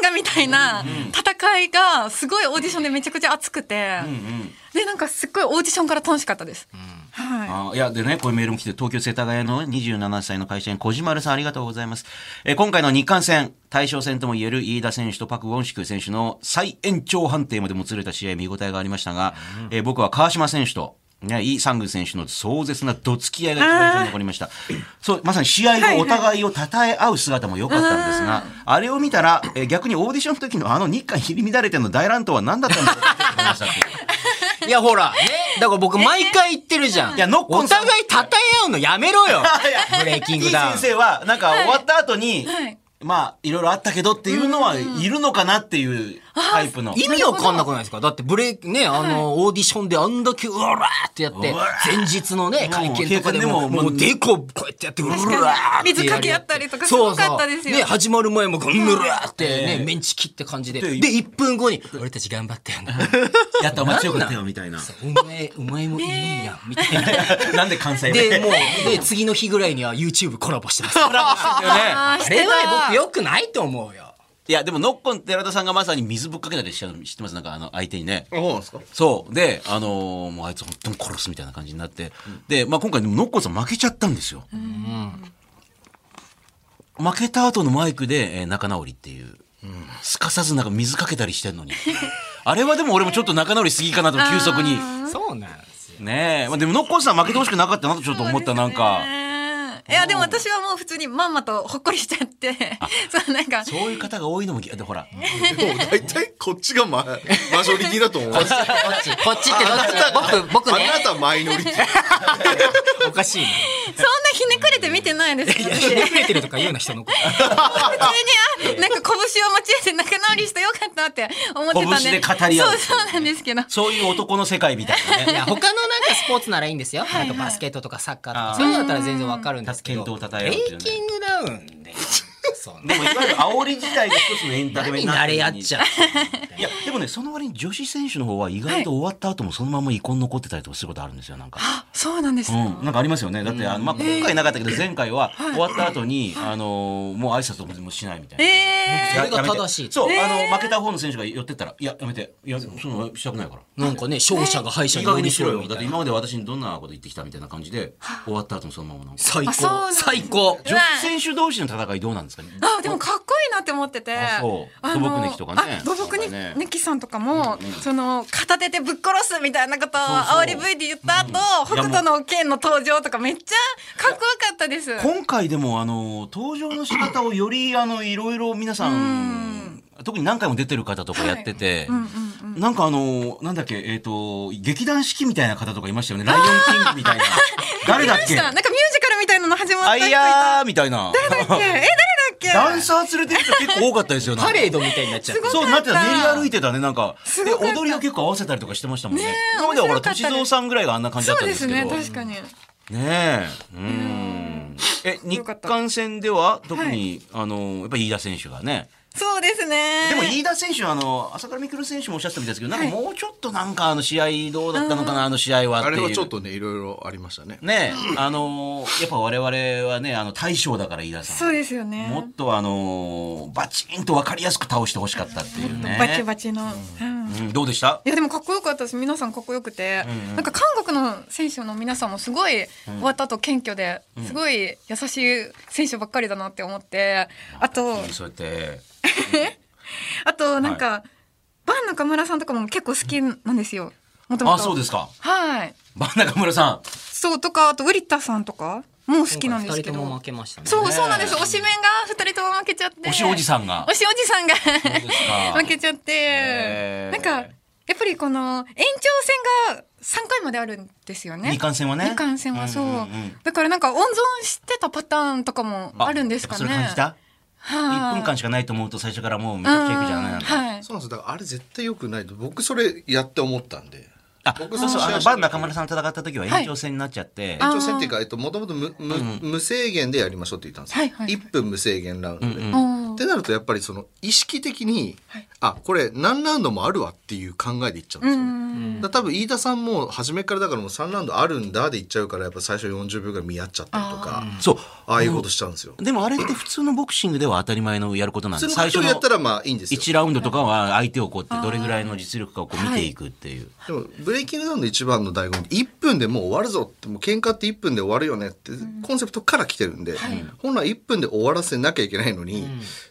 Speaker 5: 漫がみたいな戦いがすごいオーディションでめちゃくちゃ熱くて、でなんかすっごいオーディションから楽しかったです。はい。
Speaker 3: あーいや、でね、こういうメールも来て、東京世田谷の27歳の会社員、小島るさんありがとうございます。えー今回の日韓戦、対象戦ともいえる飯田選手とパク・ウォンシク選手の再延長判定までもつれた試合、見応えがありましたが、えー僕は川島選手と、ね、イ・サングン選手の壮絶などつき合いが一番印象に残りました。そう、まさに試合後お互いを称え合う姿も良かったんですが、あれを見たら、えー逆にオーディションの時のあの日韓入り乱れての大乱闘は何だったんだろうって思いましたっていう
Speaker 4: いやほら、だから僕毎回言ってるじゃん。
Speaker 3: いやノッコ
Speaker 4: お
Speaker 3: ンさん
Speaker 4: 互い讃え合うの やめろよ。ブレイキングダウ
Speaker 3: いい
Speaker 4: ン。
Speaker 3: 先生は、なんか終わった後に、
Speaker 5: はい
Speaker 3: まあ、いろいろあったけどっていうのは、いるのかなっていうタイプの。
Speaker 4: 意味わかんなくないですかだってブレイクね、あの、オーディションであんだけうわらーってやって、前日のね、会見とかで
Speaker 3: も
Speaker 4: も、
Speaker 3: う
Speaker 4: もうデコこうやってやって、うわーって。
Speaker 5: 水かけ合ったりとかすごかったです
Speaker 4: そう
Speaker 5: よ
Speaker 4: そうね、始まる前もぐんぐらーって
Speaker 3: ええ
Speaker 4: ね、メンチ切って感じで。で、
Speaker 3: で
Speaker 4: 1分後に、俺たち頑張ったよね。
Speaker 3: やった、お前強くなったよ、みたいな。
Speaker 4: お前、お前もいいやん、みたいな。
Speaker 3: なんで関西
Speaker 4: で、
Speaker 3: で。
Speaker 4: もう、で、次の日ぐらいには YouTube コラボしてます。コラボしてる よね。あ
Speaker 5: ー
Speaker 4: れ
Speaker 5: して
Speaker 4: は
Speaker 5: た
Speaker 4: 僕良くないと思うよ。
Speaker 3: いや、でも、ノッコン寺田さんがまさに水ぶっかけたりしちゃうの知ってますなんか、あの、相手にね。
Speaker 2: そうなんですか
Speaker 3: そう。で、あのーもうあいつ本当に殺すみたいな感じになって。で、まあ今回、でもノッコンさん負けちゃったんですよ。負けた後のマイクで、えー仲直りっていう。すかさずなんか水かけたりしてん のに。あれはでも俺もちょっと仲直りすぎかなと、急速に。
Speaker 4: そうなんですよ。
Speaker 3: ねえ。まあでもノッコンさん負けてほしくなかったなとちょっと思った、なんか。
Speaker 5: ねえいやでも私はもう普通にまんまとほっこりしちゃって、そうなんか
Speaker 3: そういう方が多いのも、でほら、
Speaker 2: もう大体こっちがママジョリティだと思う。あ
Speaker 4: こっち、こっちってどっち僕、僕ね。
Speaker 2: なたマイノリティ。
Speaker 4: おかしいな。
Speaker 5: そんなひねくれて見てないですよ。
Speaker 4: ひ ねくれてるとか言うな人のこと。
Speaker 5: 普通にあなんか拳を持ち合って仲直りしてよかったって思ってたんで。
Speaker 3: 拳で語り合う
Speaker 5: そうそうなんですけど。
Speaker 3: そういう男の世界みたいないね。
Speaker 4: や、他のなんかスポーツならいいんですよ。なんかバスケットとかサッカーとか、そういうのだったら全然わかるんですけど。
Speaker 3: 健闘を称え合うって
Speaker 4: レ
Speaker 3: いうね
Speaker 4: イキングダウンで。そん
Speaker 3: で
Speaker 4: な。
Speaker 3: も、いわゆる煽り自体が一つのエンタメ
Speaker 4: 何
Speaker 3: にな
Speaker 4: 慣
Speaker 3: ってる
Speaker 4: れ
Speaker 3: の
Speaker 4: 合っ
Speaker 3: に
Speaker 4: ちゃう。
Speaker 3: いや、でもね、その割に女子選手の方は意外と終わった後もそのまま遺恨残ってたりとかすることあるんですよ、なんか。
Speaker 5: そうなんです
Speaker 3: う
Speaker 5: か。
Speaker 3: ん、なんかありますよね。だって、あの、まあ、今回なかったけど、前回は終わった後に、あのー、もう挨拶もしないみたいな。
Speaker 5: え
Speaker 4: それが正しい
Speaker 3: そう、あの、負けた方の選手が寄ってったら、いや、やめて、いや、その、したくないから。
Speaker 4: なんかね、勝者が敗者
Speaker 3: いい加
Speaker 4: に寄
Speaker 3: 減に
Speaker 4: り
Speaker 3: しろ
Speaker 4: 添う
Speaker 3: よ。
Speaker 4: み
Speaker 3: だったて
Speaker 4: いな。
Speaker 3: 今まで私にどんなこと言ってきたみたいな感じで、終わった後もそのままなんか。
Speaker 4: 最
Speaker 5: あそうな
Speaker 4: 高。
Speaker 5: んだ
Speaker 4: 最高。
Speaker 5: う
Speaker 3: 女子選手同士の戦いどうなんですかね。
Speaker 5: ー、あでもかっこいいなって思ってて。
Speaker 3: あそう
Speaker 5: あの
Speaker 3: 土木ネキとかね
Speaker 5: あ土木ネキ
Speaker 3: なんかね
Speaker 5: ネキさんとかもその片手でぶっ殺すみたいなことを煽り V で言った後、北斗の剣の登場とかめっちゃかっこよかったです。
Speaker 3: 今回でもあの登場の仕方をよりあのいろいろ皆さん特に何回も出てる方とかやってて、なんかあのなんだっけえっ、と劇団四季みたいな方とかいましたよね「ライオンキング」み たいな誰だっ
Speaker 5: いまし
Speaker 3: け
Speaker 5: たなんかミュージカルみたいなの始まった
Speaker 3: あ
Speaker 5: 人い
Speaker 3: い
Speaker 5: た。
Speaker 3: やーみたいな
Speaker 5: 誰だっけえ誰だっけ
Speaker 3: ダンサー連れてる人結構多かったですよ ね
Speaker 4: パレードみたいになっちゃう。
Speaker 3: そうなってた練り歩いてたねなんか
Speaker 5: す
Speaker 3: で
Speaker 5: ごかった
Speaker 3: 踊りを結構合わせたりとかしてましたもんね
Speaker 5: ねえ
Speaker 3: 今まではほら
Speaker 5: 面白かった
Speaker 3: 歳
Speaker 5: です
Speaker 3: 三さんぐらいがあんな感じだっ
Speaker 5: そ
Speaker 3: た
Speaker 5: うんで
Speaker 3: です
Speaker 5: す
Speaker 3: けど
Speaker 5: ね確かに
Speaker 3: ねえ。うん。え、日
Speaker 5: よかった
Speaker 3: 韓戦では特に、あの、やっぱり飯田選手がね。
Speaker 5: そうですね
Speaker 3: でも飯田選手、あの、朝倉未来選手もおっしゃってたみたいですけど、なんかもうちょっとなんかあの試合どうだったのかな、あの試合はって
Speaker 2: あ
Speaker 3: いう。
Speaker 2: れはちょっ。とね、いろいろありましたね。
Speaker 3: ねえ、あの、やっぱ我々はね、あの、大将だから飯田さ
Speaker 5: そ
Speaker 3: ん。
Speaker 5: うですよね
Speaker 3: もっとあの、バチンと分かりやすく倒してほしかったっていうね。
Speaker 5: バチバチの、うん
Speaker 3: うん、どうでした
Speaker 5: いやでもかっこよかったです皆さんかっこよくて、なんか韓国の選手の皆さんもすごい終わった後謙虚で、すごい優しい選手ばっかりだなって思って、あと
Speaker 3: そうやって。
Speaker 5: あとなんか、バン中村さんとかも結構好きなんですよもとも
Speaker 3: あ、
Speaker 5: と
Speaker 3: そうですか。
Speaker 5: はい
Speaker 3: バン中村さん。
Speaker 5: そうとかあとウリタさんとかも好きなんですけ
Speaker 4: 今回二人とも
Speaker 5: ど
Speaker 4: 負けましたね。
Speaker 5: そうそうなんです推しメンが2人とも負けちゃって
Speaker 3: 推しおじさんが
Speaker 5: 推しおじさんが
Speaker 3: か
Speaker 5: 負けちゃって
Speaker 3: え
Speaker 5: なんかやっぱりこの延長戦が3回まであるんですよね
Speaker 3: 日韓戦はね
Speaker 5: 日韓戦はそう,、
Speaker 3: うんうんうん
Speaker 5: だからなんか温存してたパターンとかもあるんですかね
Speaker 3: それ感じた
Speaker 5: は
Speaker 3: 1
Speaker 5: い
Speaker 3: 分間しかないと思うと最初からもうめちゃくちゃいくじゃないなんか
Speaker 5: はい
Speaker 2: そうなんですよだからあれ絶対良くないと僕それやって思ったんで。
Speaker 3: あ、
Speaker 2: 僕
Speaker 3: そうそう、
Speaker 2: そ
Speaker 3: あ
Speaker 2: う
Speaker 3: の、バン中村さんと戦った時は
Speaker 5: はい
Speaker 3: 延長戦になっちゃって、
Speaker 5: あ
Speaker 2: 延長戦っていうか、えっと、もともと無無無制限でやりましょうって言ったんですよ。
Speaker 5: はいはいはい
Speaker 2: 1分無制限ラウンドで。
Speaker 5: うん
Speaker 2: ってななるとやっぱりその意識的に、あこれ何ラウンドもあるわっていう考えでいっちゃうんですよ、だから多分飯田さんも初めからだからもう3ラウンドあるんだでいっちゃうからやっぱ最初40秒ぐらい見合っちゃったりとか
Speaker 3: そう。
Speaker 2: ああいうことしちゃうんですよ、
Speaker 3: でもあれって普通のボクシングでは当たり前のやることなんで
Speaker 2: 普通
Speaker 3: す。最
Speaker 2: の格
Speaker 3: 初
Speaker 2: 闘技や
Speaker 3: の
Speaker 2: ったらまあいいんですよ
Speaker 3: 1ラウンドとかは相手をこうやってどれぐらいの実力かをこう見ていくっていう。
Speaker 2: でもブレイキングダウンの一番の醍醐味1分でもう終わるぞってもう喧嘩って1分で終わるよねってコンセプトから来てるんで、本来1分で終わらせなきゃいけないのに、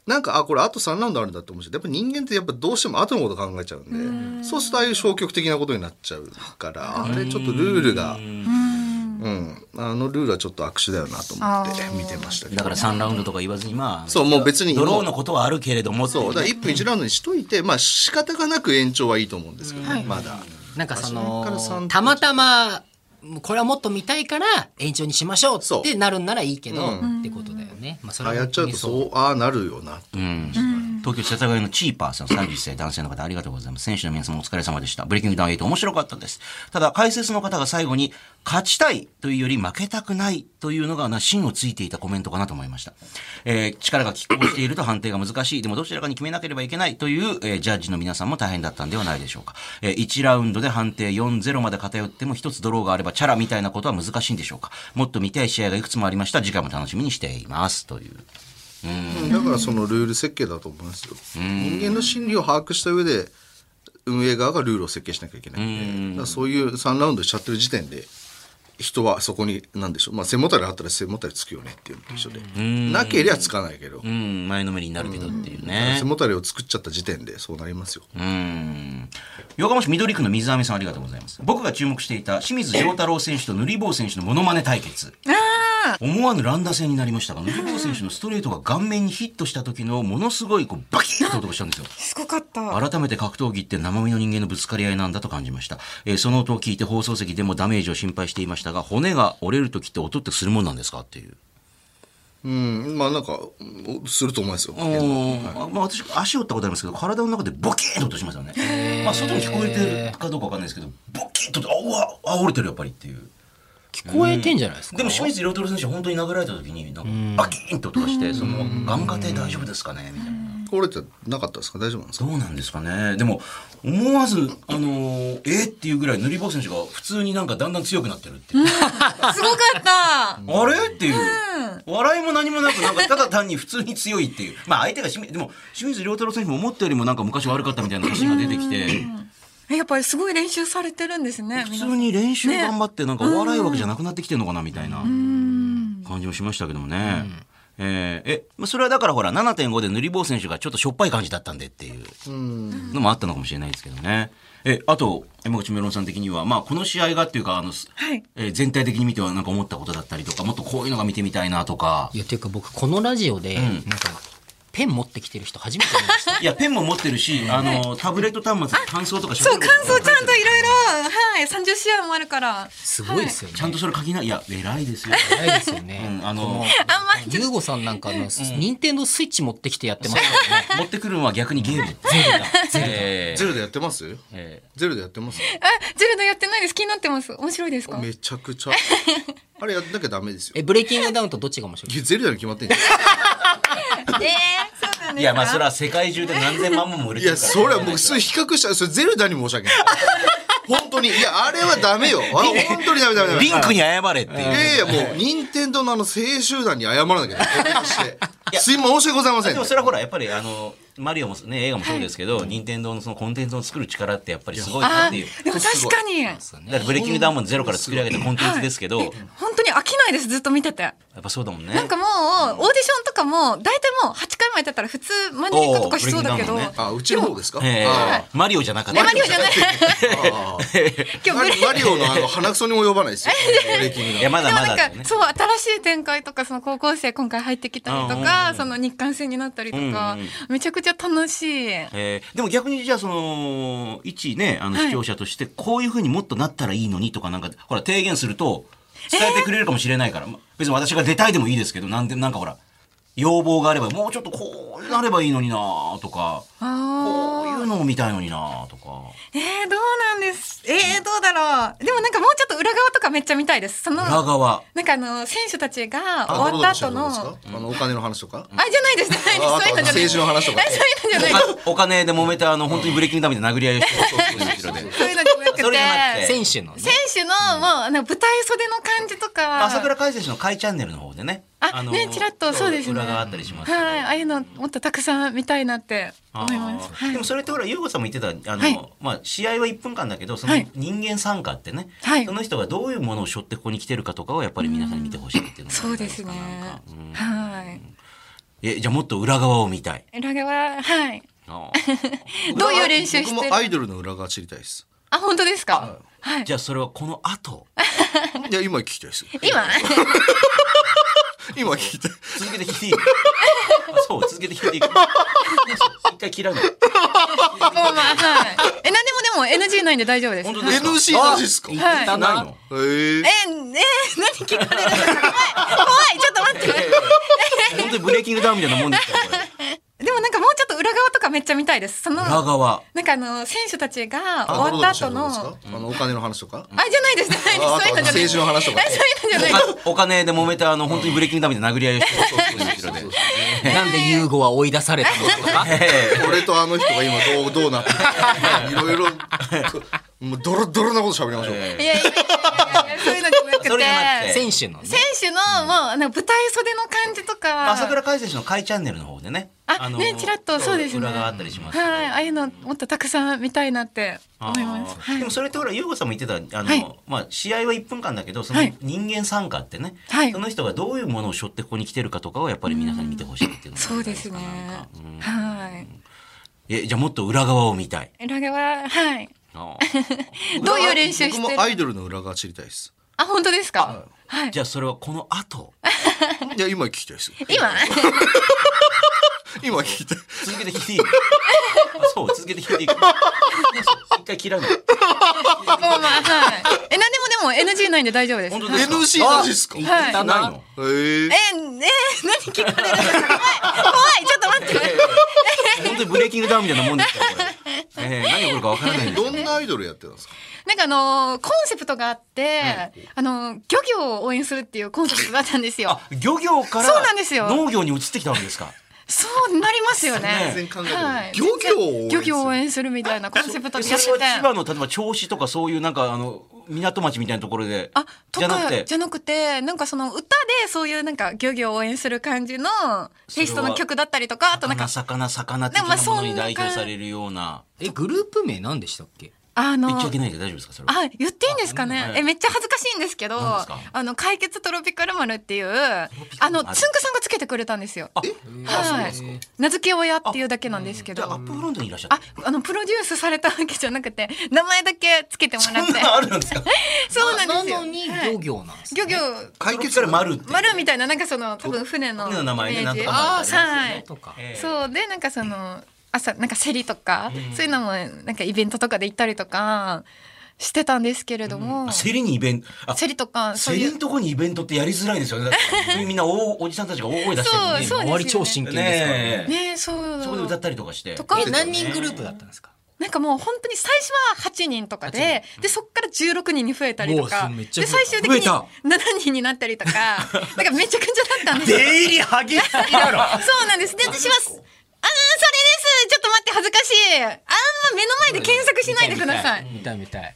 Speaker 2: なんかあこれあと3ラウンドあるんだって思うしやっぱ人間ってやっぱどうしても後のこと考えちゃうんでそうするとああいう消極的なことになっちゃうからあれちょっとルールが、うん、あのルールはちょっと握手だよなと思って見てましたけ
Speaker 3: だか
Speaker 2: ど
Speaker 3: ら3ラウンドとか言わずにまあ、
Speaker 2: そうもう別に
Speaker 3: ドローのことはあるけれどもってい
Speaker 2: そう
Speaker 3: う
Speaker 2: だから1分1ラウンドにしといて、まあ仕方がなく延長はいいと思うんですけどね、まだ。
Speaker 4: なんかそ
Speaker 2: あそれから三
Speaker 4: の
Speaker 2: 点
Speaker 4: たまたまもうこれはもっと見たいから延長にしましょう
Speaker 2: そう
Speaker 4: ってなるんならいいけど
Speaker 2: う
Speaker 4: ってことだよね。まあそれ
Speaker 2: あ
Speaker 4: は
Speaker 2: やっ
Speaker 4: 本
Speaker 2: ちゃ
Speaker 4: 当
Speaker 2: う
Speaker 4: に
Speaker 2: と
Speaker 4: そう
Speaker 2: そうああなるよなって
Speaker 3: 東京世田谷のチーパーさん31歳男性の方ありがとうございます。選手の皆様お疲れ様でした。ブレイキングダウン8面白かったです。ただ解説の方が最後に勝ちたいというより負けたくないというのがな芯をついていたコメントかなと思いました。えー力が拮抗していると判定が難しい。でもどちらかに決めなければいけないという、えージャッジの皆さんも大変だったんではないでしょうか。えー1ラウンドで判定4-0まで偏っても一つドローがあればチャラみたいなことは難しいんでしょうか。もっと見たい試合がいくつもありました。次回も楽しみにしています。という。
Speaker 2: だからそのルール設計だと思いますよ人間の心理を把握した上で運営側がルールを設計しなきゃいけないんでだからそういう3ラウンドしちゃってる時点で人はそこに何でしょう、まあ、背もたれあったら背もたれつくよねっていうのと一緒でなけりゃつかないけど
Speaker 3: うん、前のめりになるけどっていうね
Speaker 2: 背。もたれを作っちゃった時点でそうなりますよ
Speaker 3: うん横浜市緑区の水飴さんありがとうございます僕が注目していた清水翔太郎選手と塗り棒選手のモノマネ対決思わぬ乱打戦になりましたが塗り棒選手のストレートが顔面にヒットした時のものすごいこうバキッと音がしたんですよ
Speaker 5: すごかった。
Speaker 3: 改めて格闘技って生身の人間のぶつかり合いなんだと感じました、えーその音を聞いて放送席でもダメージを心配していましたが骨が折れる時って音ってするもんなんですかっていう
Speaker 2: うんまあなんかうんすると思いますよ
Speaker 3: あまあ、私足を打ったことありますけど体の中でボキーンと音しますよね、まあ、外に聞こえてるかどうかわかんないですけどボキーンとあうわあ折れてるやっぱりっていう
Speaker 4: 聞こえてんじゃないですか。
Speaker 3: でも清水亮太郎選手は本当に殴られた時になんかバキーンと音がしてその眼科で大丈夫ですかねみたいな
Speaker 2: これってなかったですか大丈夫なんですか
Speaker 3: どうなんですかねでも思わずあのーえーっていうぐらい塗り棒選手が普通になんかだんだん強くなってるっていう
Speaker 5: すごかった。
Speaker 3: あれっていう、笑いも何もなくなんかただ単に普通に強いっていうまあ相手がしみでも清水亮太郎選手も思ったよりもなんか昔悪かったみたいな写真が出てきて
Speaker 5: えやっぱりすごい練習されてるんですね。
Speaker 3: 普通
Speaker 5: 皆さん
Speaker 3: に練習頑張ってなんかお笑いわけじゃなくなってきてるのかなみたいな感じもしましたけどもね。えーえまあそれはだからほら7.5で塗り棒選手がちょっとしょっぱい感じだったんでっていうのもあったのかもしれないですけどね。えあと山口メロンさん的には、まあ、この試合がっていうかあの、す
Speaker 5: はい
Speaker 3: えー全体的に見てはなんか思ったことだったりとかもっとこういうのが見てみたいなとか
Speaker 4: いやっていうか僕このラジオでなんかペン持ってきてる人初めて見ま した。
Speaker 3: いやペンも持ってるしあのタブレット端末で感想とか
Speaker 5: そう
Speaker 3: 喋る
Speaker 5: 感
Speaker 3: こと
Speaker 5: 想
Speaker 3: も
Speaker 5: ちゃんといろいろはい三十試合もあるから。
Speaker 4: すごいですよね。
Speaker 3: ちゃんとそれ書きないいや偉い ですよ。
Speaker 4: 偉いですよ
Speaker 3: う
Speaker 4: ね。
Speaker 3: ん、あの
Speaker 5: あんまり
Speaker 4: ユーゴさんなんかあの任天堂スイッチ持ってきてやってますからね。
Speaker 3: 持ってくるのは逆にゲーム。 ゼルダ。え
Speaker 2: ゼロでやってます
Speaker 3: え
Speaker 2: ゼロでやってます
Speaker 5: あゼルダやってないです気になってます面白いですか。
Speaker 2: めちゃくちゃあれやんなきゃダメですよ
Speaker 4: えブレイキングダウンとどっちが面白い？
Speaker 2: いやゼルダに決まってんじゃん
Speaker 5: えそうなんですか。
Speaker 3: いや、まあ、それは世界中で何千万本も売れ
Speaker 2: い
Speaker 3: てる
Speaker 2: や、
Speaker 3: から。
Speaker 2: それは僕、それ比較したら、それゼルダに申し訳ない。本当に。いや、あれはダメよ。あれ本当にダメダメダメ。
Speaker 3: リンクに謝れっていう。
Speaker 2: いやいや、もう、任天堂のあの、青集団に謝らなきゃいけない。してすいません、申し訳ございません
Speaker 3: でも、。それはほら、やっぱり、あの、マリオもね、映画もそうですけど、任天堂のそのコンテンツを作る力ってやっぱりすごいな
Speaker 5: あ
Speaker 3: っていう。
Speaker 5: でも確かに
Speaker 3: だからブレイキングダウンもゼロから作り上げたコンテンツですけど、や
Speaker 5: 本当に飽きないですずっと見てて。
Speaker 3: っぱそうだもんね。
Speaker 5: なんかもうオーディションとかも大体もう8回もやってたら普通マニリカとかしそうだけど、
Speaker 3: おーブレイキングダウンもね
Speaker 2: あ、うちの方ですか
Speaker 3: ええ
Speaker 2: あ
Speaker 3: マリオじゃなかっ
Speaker 5: え
Speaker 3: た。
Speaker 5: マリオじゃない
Speaker 2: あマ
Speaker 5: 今日ブレイ
Speaker 2: リマリオのあの、鼻くそにも呼ばないですよ。ブレイキングダウン
Speaker 3: いや、まだ
Speaker 5: でも
Speaker 3: ま
Speaker 5: な
Speaker 3: だ
Speaker 5: ん
Speaker 3: だ
Speaker 5: か、
Speaker 3: よね。
Speaker 5: そう新しい展開とかその高校生今回入ってきたりとか、その日韓戦になったりとか、めちゃくちゃ楽しい。
Speaker 3: えーでも逆にじゃあその一ねあの視聴者としてこういうふうにもっとなったらいいのにとかなんかほら提言すると伝えてくれるかもしれないから、ま別に私が出たいでもいいですけどなんでなんかほら要望があれば、もうちょっとこうなればいいのになとか、こうい
Speaker 5: ああ
Speaker 3: うのを見たいのになとか。
Speaker 5: えー、どうなんですえー、どうだろうでもなんかもうちょっと裏側とかめっちゃ見たいですその
Speaker 3: 裏側。
Speaker 5: なんかあの選手たちが
Speaker 2: あ
Speaker 5: 終わった後
Speaker 2: ど
Speaker 5: の
Speaker 2: うぞどうぞあのお金の話とか
Speaker 5: あじゃないですじゃないです
Speaker 2: あ
Speaker 5: そういうのじゃな
Speaker 2: あとあ
Speaker 5: いです
Speaker 2: と政治の話とかね
Speaker 5: あそういうのじゃないです
Speaker 3: お金で揉めて、あの、本当にブレーキングダメで殴り合いをしてる
Speaker 5: そういうのじゃなくて
Speaker 3: それじゃなくて
Speaker 4: 選手のね
Speaker 5: 選手のもうなんか舞台袖の感じとか
Speaker 3: 朝倉海選手の海チャンネルの方でね。
Speaker 5: あねちらっとそうですね
Speaker 3: 裏があったりしますけど。
Speaker 5: はいああいうのもっとたくさん見たいなって
Speaker 3: あ
Speaker 5: 思います
Speaker 3: ー
Speaker 5: はい
Speaker 3: でもそれってほら優子さんも言ってたあの、
Speaker 5: はい
Speaker 3: まあ、試合は1分間だけどその
Speaker 5: はい
Speaker 3: 人間参加ってね、
Speaker 5: はい
Speaker 3: その人がどういうものを背負ってここに来てるかとかをやっぱり皆さんに見てほしいっていうのが
Speaker 5: そうですね
Speaker 3: なんかうん
Speaker 5: はい
Speaker 3: えじゃあもっと裏側を見たい。
Speaker 5: 裏側はい
Speaker 3: あー
Speaker 5: どういう練習して
Speaker 2: 僕
Speaker 5: る
Speaker 2: もアイドルの裏側知りたいです
Speaker 5: あ本当ですかはい
Speaker 3: じゃあそれはこの後
Speaker 2: いや今聞きたいです
Speaker 5: 今
Speaker 2: 今聞きたい
Speaker 3: 続けて聞いていいあそう続けて聞いていい一回切らない
Speaker 5: まあまあはいえ何でもでも NG ないんで大丈夫です
Speaker 3: 本当
Speaker 5: はい
Speaker 3: です
Speaker 2: NC なしですか
Speaker 5: い
Speaker 3: 切らないの
Speaker 2: えー
Speaker 5: え、え、何聞かれるの怖い、怖い、ちょっと待って。
Speaker 3: 本当にブレーキングダウンみたいなもんですよこれ
Speaker 5: でもなんかもうちょっと裏側とかめっちゃ見たいです。その、
Speaker 3: 裏 側
Speaker 5: なんかあの、選手たちが
Speaker 2: あ
Speaker 5: 終わった
Speaker 2: ど
Speaker 5: 後の、
Speaker 2: う
Speaker 5: あ
Speaker 2: ぞどうぞどうですかあのお金の話とか
Speaker 5: じゃないです、じゃないで
Speaker 2: あ
Speaker 5: す。そういうのじゃな
Speaker 2: あと
Speaker 5: いです。
Speaker 2: あと政治の話とか
Speaker 5: えそういうのじゃないです。
Speaker 3: お金で揉めてあの本当にブレーキングダウンみたいな殴り合いをしてる
Speaker 4: なんでユーゴは追い出されたのとか
Speaker 2: 俺とあの人が今どうどうなってるいろいろもうドロドロなこと喋りましょう、
Speaker 5: いやいやいやいや、そういうのじゃなくて
Speaker 3: それじゃなくて
Speaker 4: 選手のね
Speaker 5: 選手の、もう、なんか舞台袖の感じとか、
Speaker 3: 朝倉海選手の海チャンネルの方でね。
Speaker 5: あねちらっとそうですね
Speaker 3: 裏があったりしますけど。
Speaker 5: はい、ああいうのもっとたくさん見たいなって思います。
Speaker 3: あーでもそれってほら優子さんも言ってたあの、
Speaker 5: はい
Speaker 3: まあ、試合は1分間だけどその
Speaker 5: はい
Speaker 3: 人間参加ってね、
Speaker 5: はい
Speaker 3: その人がどういうものを背負ってここに来てるかとかをやっぱり皆さんに見てほしいっていうのが
Speaker 5: そうですね
Speaker 3: なんかうん。
Speaker 5: は
Speaker 3: えじゃあもっと裏側を見たい
Speaker 5: い。裏側、はい。
Speaker 3: あー
Speaker 5: どういう練習して
Speaker 2: 僕
Speaker 5: る
Speaker 2: もアイドルの裏側知りたいです
Speaker 5: あ、本当ですか。はい。
Speaker 3: じゃあそれはこの後
Speaker 2: いや今聞きたいです
Speaker 5: 今、
Speaker 2: 今聞きたい
Speaker 3: 続けて 聞いていいあそう続けて聞いていい一回切らない
Speaker 5: まあまあ、 はい。え、何でもでも NG ないんで大丈夫です。
Speaker 3: 本当
Speaker 5: はい
Speaker 3: ですか
Speaker 2: NC なしですか
Speaker 3: 言
Speaker 5: はい
Speaker 3: ってたな、いの
Speaker 2: えー
Speaker 5: え、え、何聞かれるの怖い、怖い、ちょっと待って。
Speaker 3: 本当にブレーキングダウンみたいなもんですからこれ、えー、何が起こるかわからないんですよ
Speaker 2: どんなアイドルやってたんですか
Speaker 5: なんかあのーコンセプトがあって、あのー漁業を応援するっていうコンセプトだったんですよ。
Speaker 3: あ漁業から
Speaker 5: そうなんですよ
Speaker 3: 農業に移ってきたわけですか。
Speaker 5: そうなりますよ
Speaker 3: ね
Speaker 5: ね。
Speaker 2: 全然考えてない
Speaker 5: はい。
Speaker 2: 漁業を応援する
Speaker 5: 漁業を応援するみたいなコンセプト
Speaker 3: え
Speaker 5: で
Speaker 3: それ
Speaker 5: やって
Speaker 3: は
Speaker 5: て。
Speaker 3: 千葉の例えば銚子とかそういうなんかあの港町みたいなところで
Speaker 5: あ、と
Speaker 3: じゃなく
Speaker 5: か
Speaker 3: て
Speaker 5: じゃなくて、なんかその歌でそういうなんか漁業を応援する感じのテイストの曲だったりとか、あとなん
Speaker 3: 魚
Speaker 5: か、
Speaker 3: 魚魚的
Speaker 5: でもま
Speaker 3: な
Speaker 5: あ
Speaker 3: もの
Speaker 5: そ
Speaker 3: に
Speaker 5: んな
Speaker 3: 代表されるような
Speaker 4: えグループ名なんでしたっけ
Speaker 5: あの
Speaker 3: 言っちゃいけないけど大丈夫ですかそれは。
Speaker 5: あ、言っていいんですかね
Speaker 3: は。い
Speaker 5: え、めっちゃ恥ずかしいんですけど、
Speaker 3: 何です
Speaker 5: あ
Speaker 3: か
Speaker 5: の解決トロピカル丸っていう、あのつんくさんがつけてくれたんですよ。はい。名付け親っていうだけなんですけ
Speaker 3: じゃあア
Speaker 5: ど
Speaker 3: ッ。プフロントにいらっしゃった
Speaker 5: あ。、あのプロデュースされたわけじゃなくて、名前だけつけてもらって
Speaker 3: そん。な のあるんですか。
Speaker 5: そうなんですよ
Speaker 4: なの。に漁業なんですね
Speaker 5: 漁業。
Speaker 3: 解決から丸って。
Speaker 5: 丸みたいな、なんかその、多分船の
Speaker 3: 船の名前ね
Speaker 5: イメー
Speaker 3: なん
Speaker 5: ジ
Speaker 3: とかなんとか
Speaker 5: は
Speaker 4: ね
Speaker 5: い。
Speaker 4: とか
Speaker 3: えー
Speaker 5: そうでなんかその朝なんか競りとか、そういうのもなんかイベントとかで行ったりとかしてたんですけれども、
Speaker 3: あ競りにイベント。あ
Speaker 5: 競りとかそ
Speaker 3: 競
Speaker 5: うい
Speaker 3: り
Speaker 5: う
Speaker 3: のところにイベントってやりづらいですよね。だってみんな大おじさんたちが大声出してるのに
Speaker 5: そうですよね
Speaker 4: 周り超真剣ですからね
Speaker 3: ねえ
Speaker 5: ねそう
Speaker 3: そこで歌ったりとかして。
Speaker 5: とか
Speaker 4: え何人グループだったんですか
Speaker 5: なんかもう本当に最初は8人とかででそっから16人に増えたりとか
Speaker 4: もうめっちゃ増え
Speaker 5: で
Speaker 4: た
Speaker 5: 最終的に
Speaker 3: 増えた
Speaker 5: 7人になったりとかなんかめちゃくちゃだったんですよ。
Speaker 4: 出入り激しいだろ
Speaker 5: そうなんですで私はあーそれですちょっと待って恥ずかしいあんま目の前で検索しないでください。
Speaker 4: 見たい見たい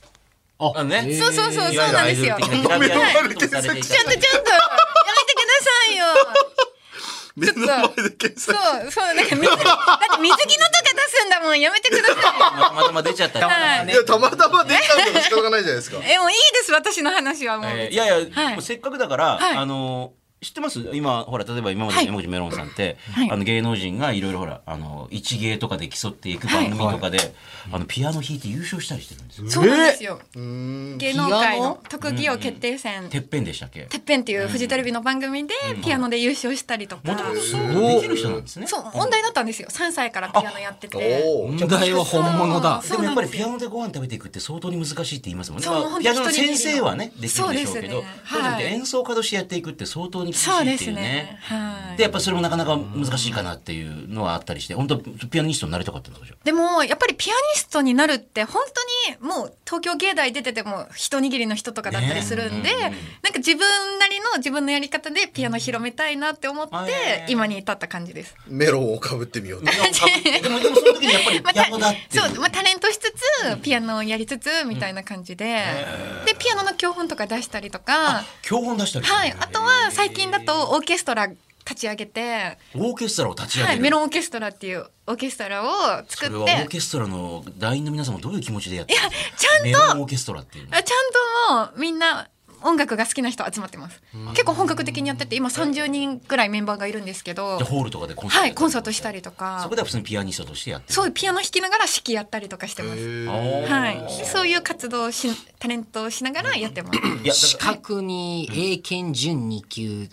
Speaker 3: あね。
Speaker 5: そうそうそう
Speaker 3: い
Speaker 5: そ
Speaker 3: わゆ
Speaker 5: う
Speaker 3: る
Speaker 5: なん
Speaker 3: ア
Speaker 5: で
Speaker 3: イド
Speaker 5: す
Speaker 3: ル
Speaker 5: よ。
Speaker 3: 的なグラビア
Speaker 5: はい
Speaker 3: とされてい
Speaker 5: ちょ
Speaker 3: た
Speaker 5: っとちょっとやめてくださいよ。
Speaker 2: 目の前で検
Speaker 5: そ
Speaker 2: 索
Speaker 5: うそうなんか水だって水着のとか出すんだもんやめてください。
Speaker 3: たまたま出ちゃったりとかね。
Speaker 5: はい
Speaker 2: い。やたまたま出たんだから仕方ないじゃないですか
Speaker 5: えもういいです私の話はもう。
Speaker 3: えーいやいや、
Speaker 5: はい
Speaker 3: でもせっかくだから、
Speaker 5: はい
Speaker 3: あの知ってます今ほら例えば今ま
Speaker 5: は
Speaker 3: で
Speaker 5: い
Speaker 3: 山口メロンさんって、
Speaker 5: はい
Speaker 3: あの芸能人がいろいろほらあの一芸とかで競っていく番組とかで、あのピアノ弾いて優勝したりしてるんですよ。
Speaker 5: そうなんですよ。
Speaker 2: うん
Speaker 5: 芸能界
Speaker 4: ピア
Speaker 5: の
Speaker 4: ノ
Speaker 5: 特技王決定戦
Speaker 3: て
Speaker 5: て
Speaker 3: っぺんでしたっけ
Speaker 5: っぺんっていうフジテレビの番組でピアノで優勝したりとか
Speaker 3: も。ともとできる人なんですね。
Speaker 5: そう問題だったんですよ。3歳からピアノやってて。
Speaker 2: おお
Speaker 4: 問題は本物だ
Speaker 5: そ
Speaker 3: で
Speaker 5: う
Speaker 3: もやっぱり
Speaker 5: そうなんです
Speaker 3: ピ
Speaker 5: よ
Speaker 3: アノでご飯食べていくって相当に難しいって言いますもんね。
Speaker 5: そう
Speaker 3: まあ
Speaker 5: 本
Speaker 3: ピ
Speaker 5: 当
Speaker 3: ア
Speaker 5: に
Speaker 3: ノの先生はねできるんでしょう
Speaker 5: そう
Speaker 3: け
Speaker 5: です
Speaker 3: ど、
Speaker 5: よ
Speaker 3: そう
Speaker 5: ね
Speaker 3: じゃなくて
Speaker 5: はい
Speaker 3: 演奏家としてやっていくって相当
Speaker 6: に厳しいっていうね。
Speaker 5: そうですねはい
Speaker 6: でやっぱそれもなかなか難しいかなっていうのはあったりして、本当ピアニストになりたかったんだでしょ。
Speaker 5: でもやっぱりピアニストになるって本当にもう東京芸大出てても一握りの人とかだったりするんで、なんか自分なりの自分のやり方でピアノ広めたいなって思って
Speaker 3: えー
Speaker 5: 今に至った感じです。
Speaker 2: メロンをかぶってみようって
Speaker 3: でもでもその時にやっぱり
Speaker 5: また
Speaker 3: ピアノだって
Speaker 5: そう、まあ、タレントしつつピアノをやりつつみたいな感じで、でピアノの教本とか出したりとか、
Speaker 3: 教本出したりして
Speaker 5: はい、あとは最近だとオーケストラ立ち上げて、
Speaker 3: オーケストラを立ち上げる、
Speaker 5: はい、メロンオーケストラっていうオーケストラを
Speaker 3: そ
Speaker 5: 作っ
Speaker 3: れはオ
Speaker 5: て
Speaker 3: ーケストラの団員の皆さんもどういう気持ちでやってるんですか
Speaker 5: ちゃんと
Speaker 3: メロンオーケストラっていうの
Speaker 5: あちゃんともうみんな音楽が好きな人集まってます結構本格的にやってて今30人ぐらいメンバーがいるんですけど
Speaker 3: でホールとかでコンサート
Speaker 5: はいコンサートしたりと
Speaker 3: そ
Speaker 5: か
Speaker 3: こでは普通にピアニストとしてやってる
Speaker 5: そうピアノ弾きながら指揮やったりとかしてますはいそういう活動をしタレントをしながらやってます
Speaker 3: いやだ
Speaker 4: 資
Speaker 3: から
Speaker 4: 格に英検準2級、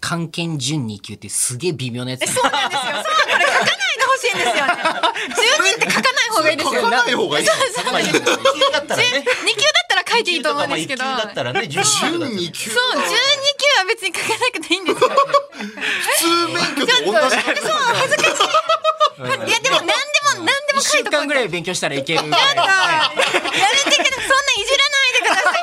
Speaker 4: 漢検準2級ってすげえ微妙なやつ
Speaker 5: えそうなんですよそうこれ書かないでほしいんですよね10人って書かない方がいいですよ
Speaker 2: 書かない方がいい
Speaker 5: そうそうです
Speaker 3: まあ一級だったら
Speaker 5: 2級
Speaker 3: ね
Speaker 5: だったら書いていいと思うんですけど
Speaker 3: 一級とかまあ一級だったらね準
Speaker 2: 準
Speaker 3: 二級
Speaker 2: 2級
Speaker 5: そう12級は別に書かなくていいんですよ
Speaker 2: 普通免許と同じだ
Speaker 5: そう恥ずかしい。いやでも何でも何でも
Speaker 4: 1
Speaker 5: 書い
Speaker 4: 週
Speaker 5: とこう。
Speaker 4: 間ぐらい勉強したらいけるぐらい
Speaker 5: やだ。やめてください。そんないじらないでください。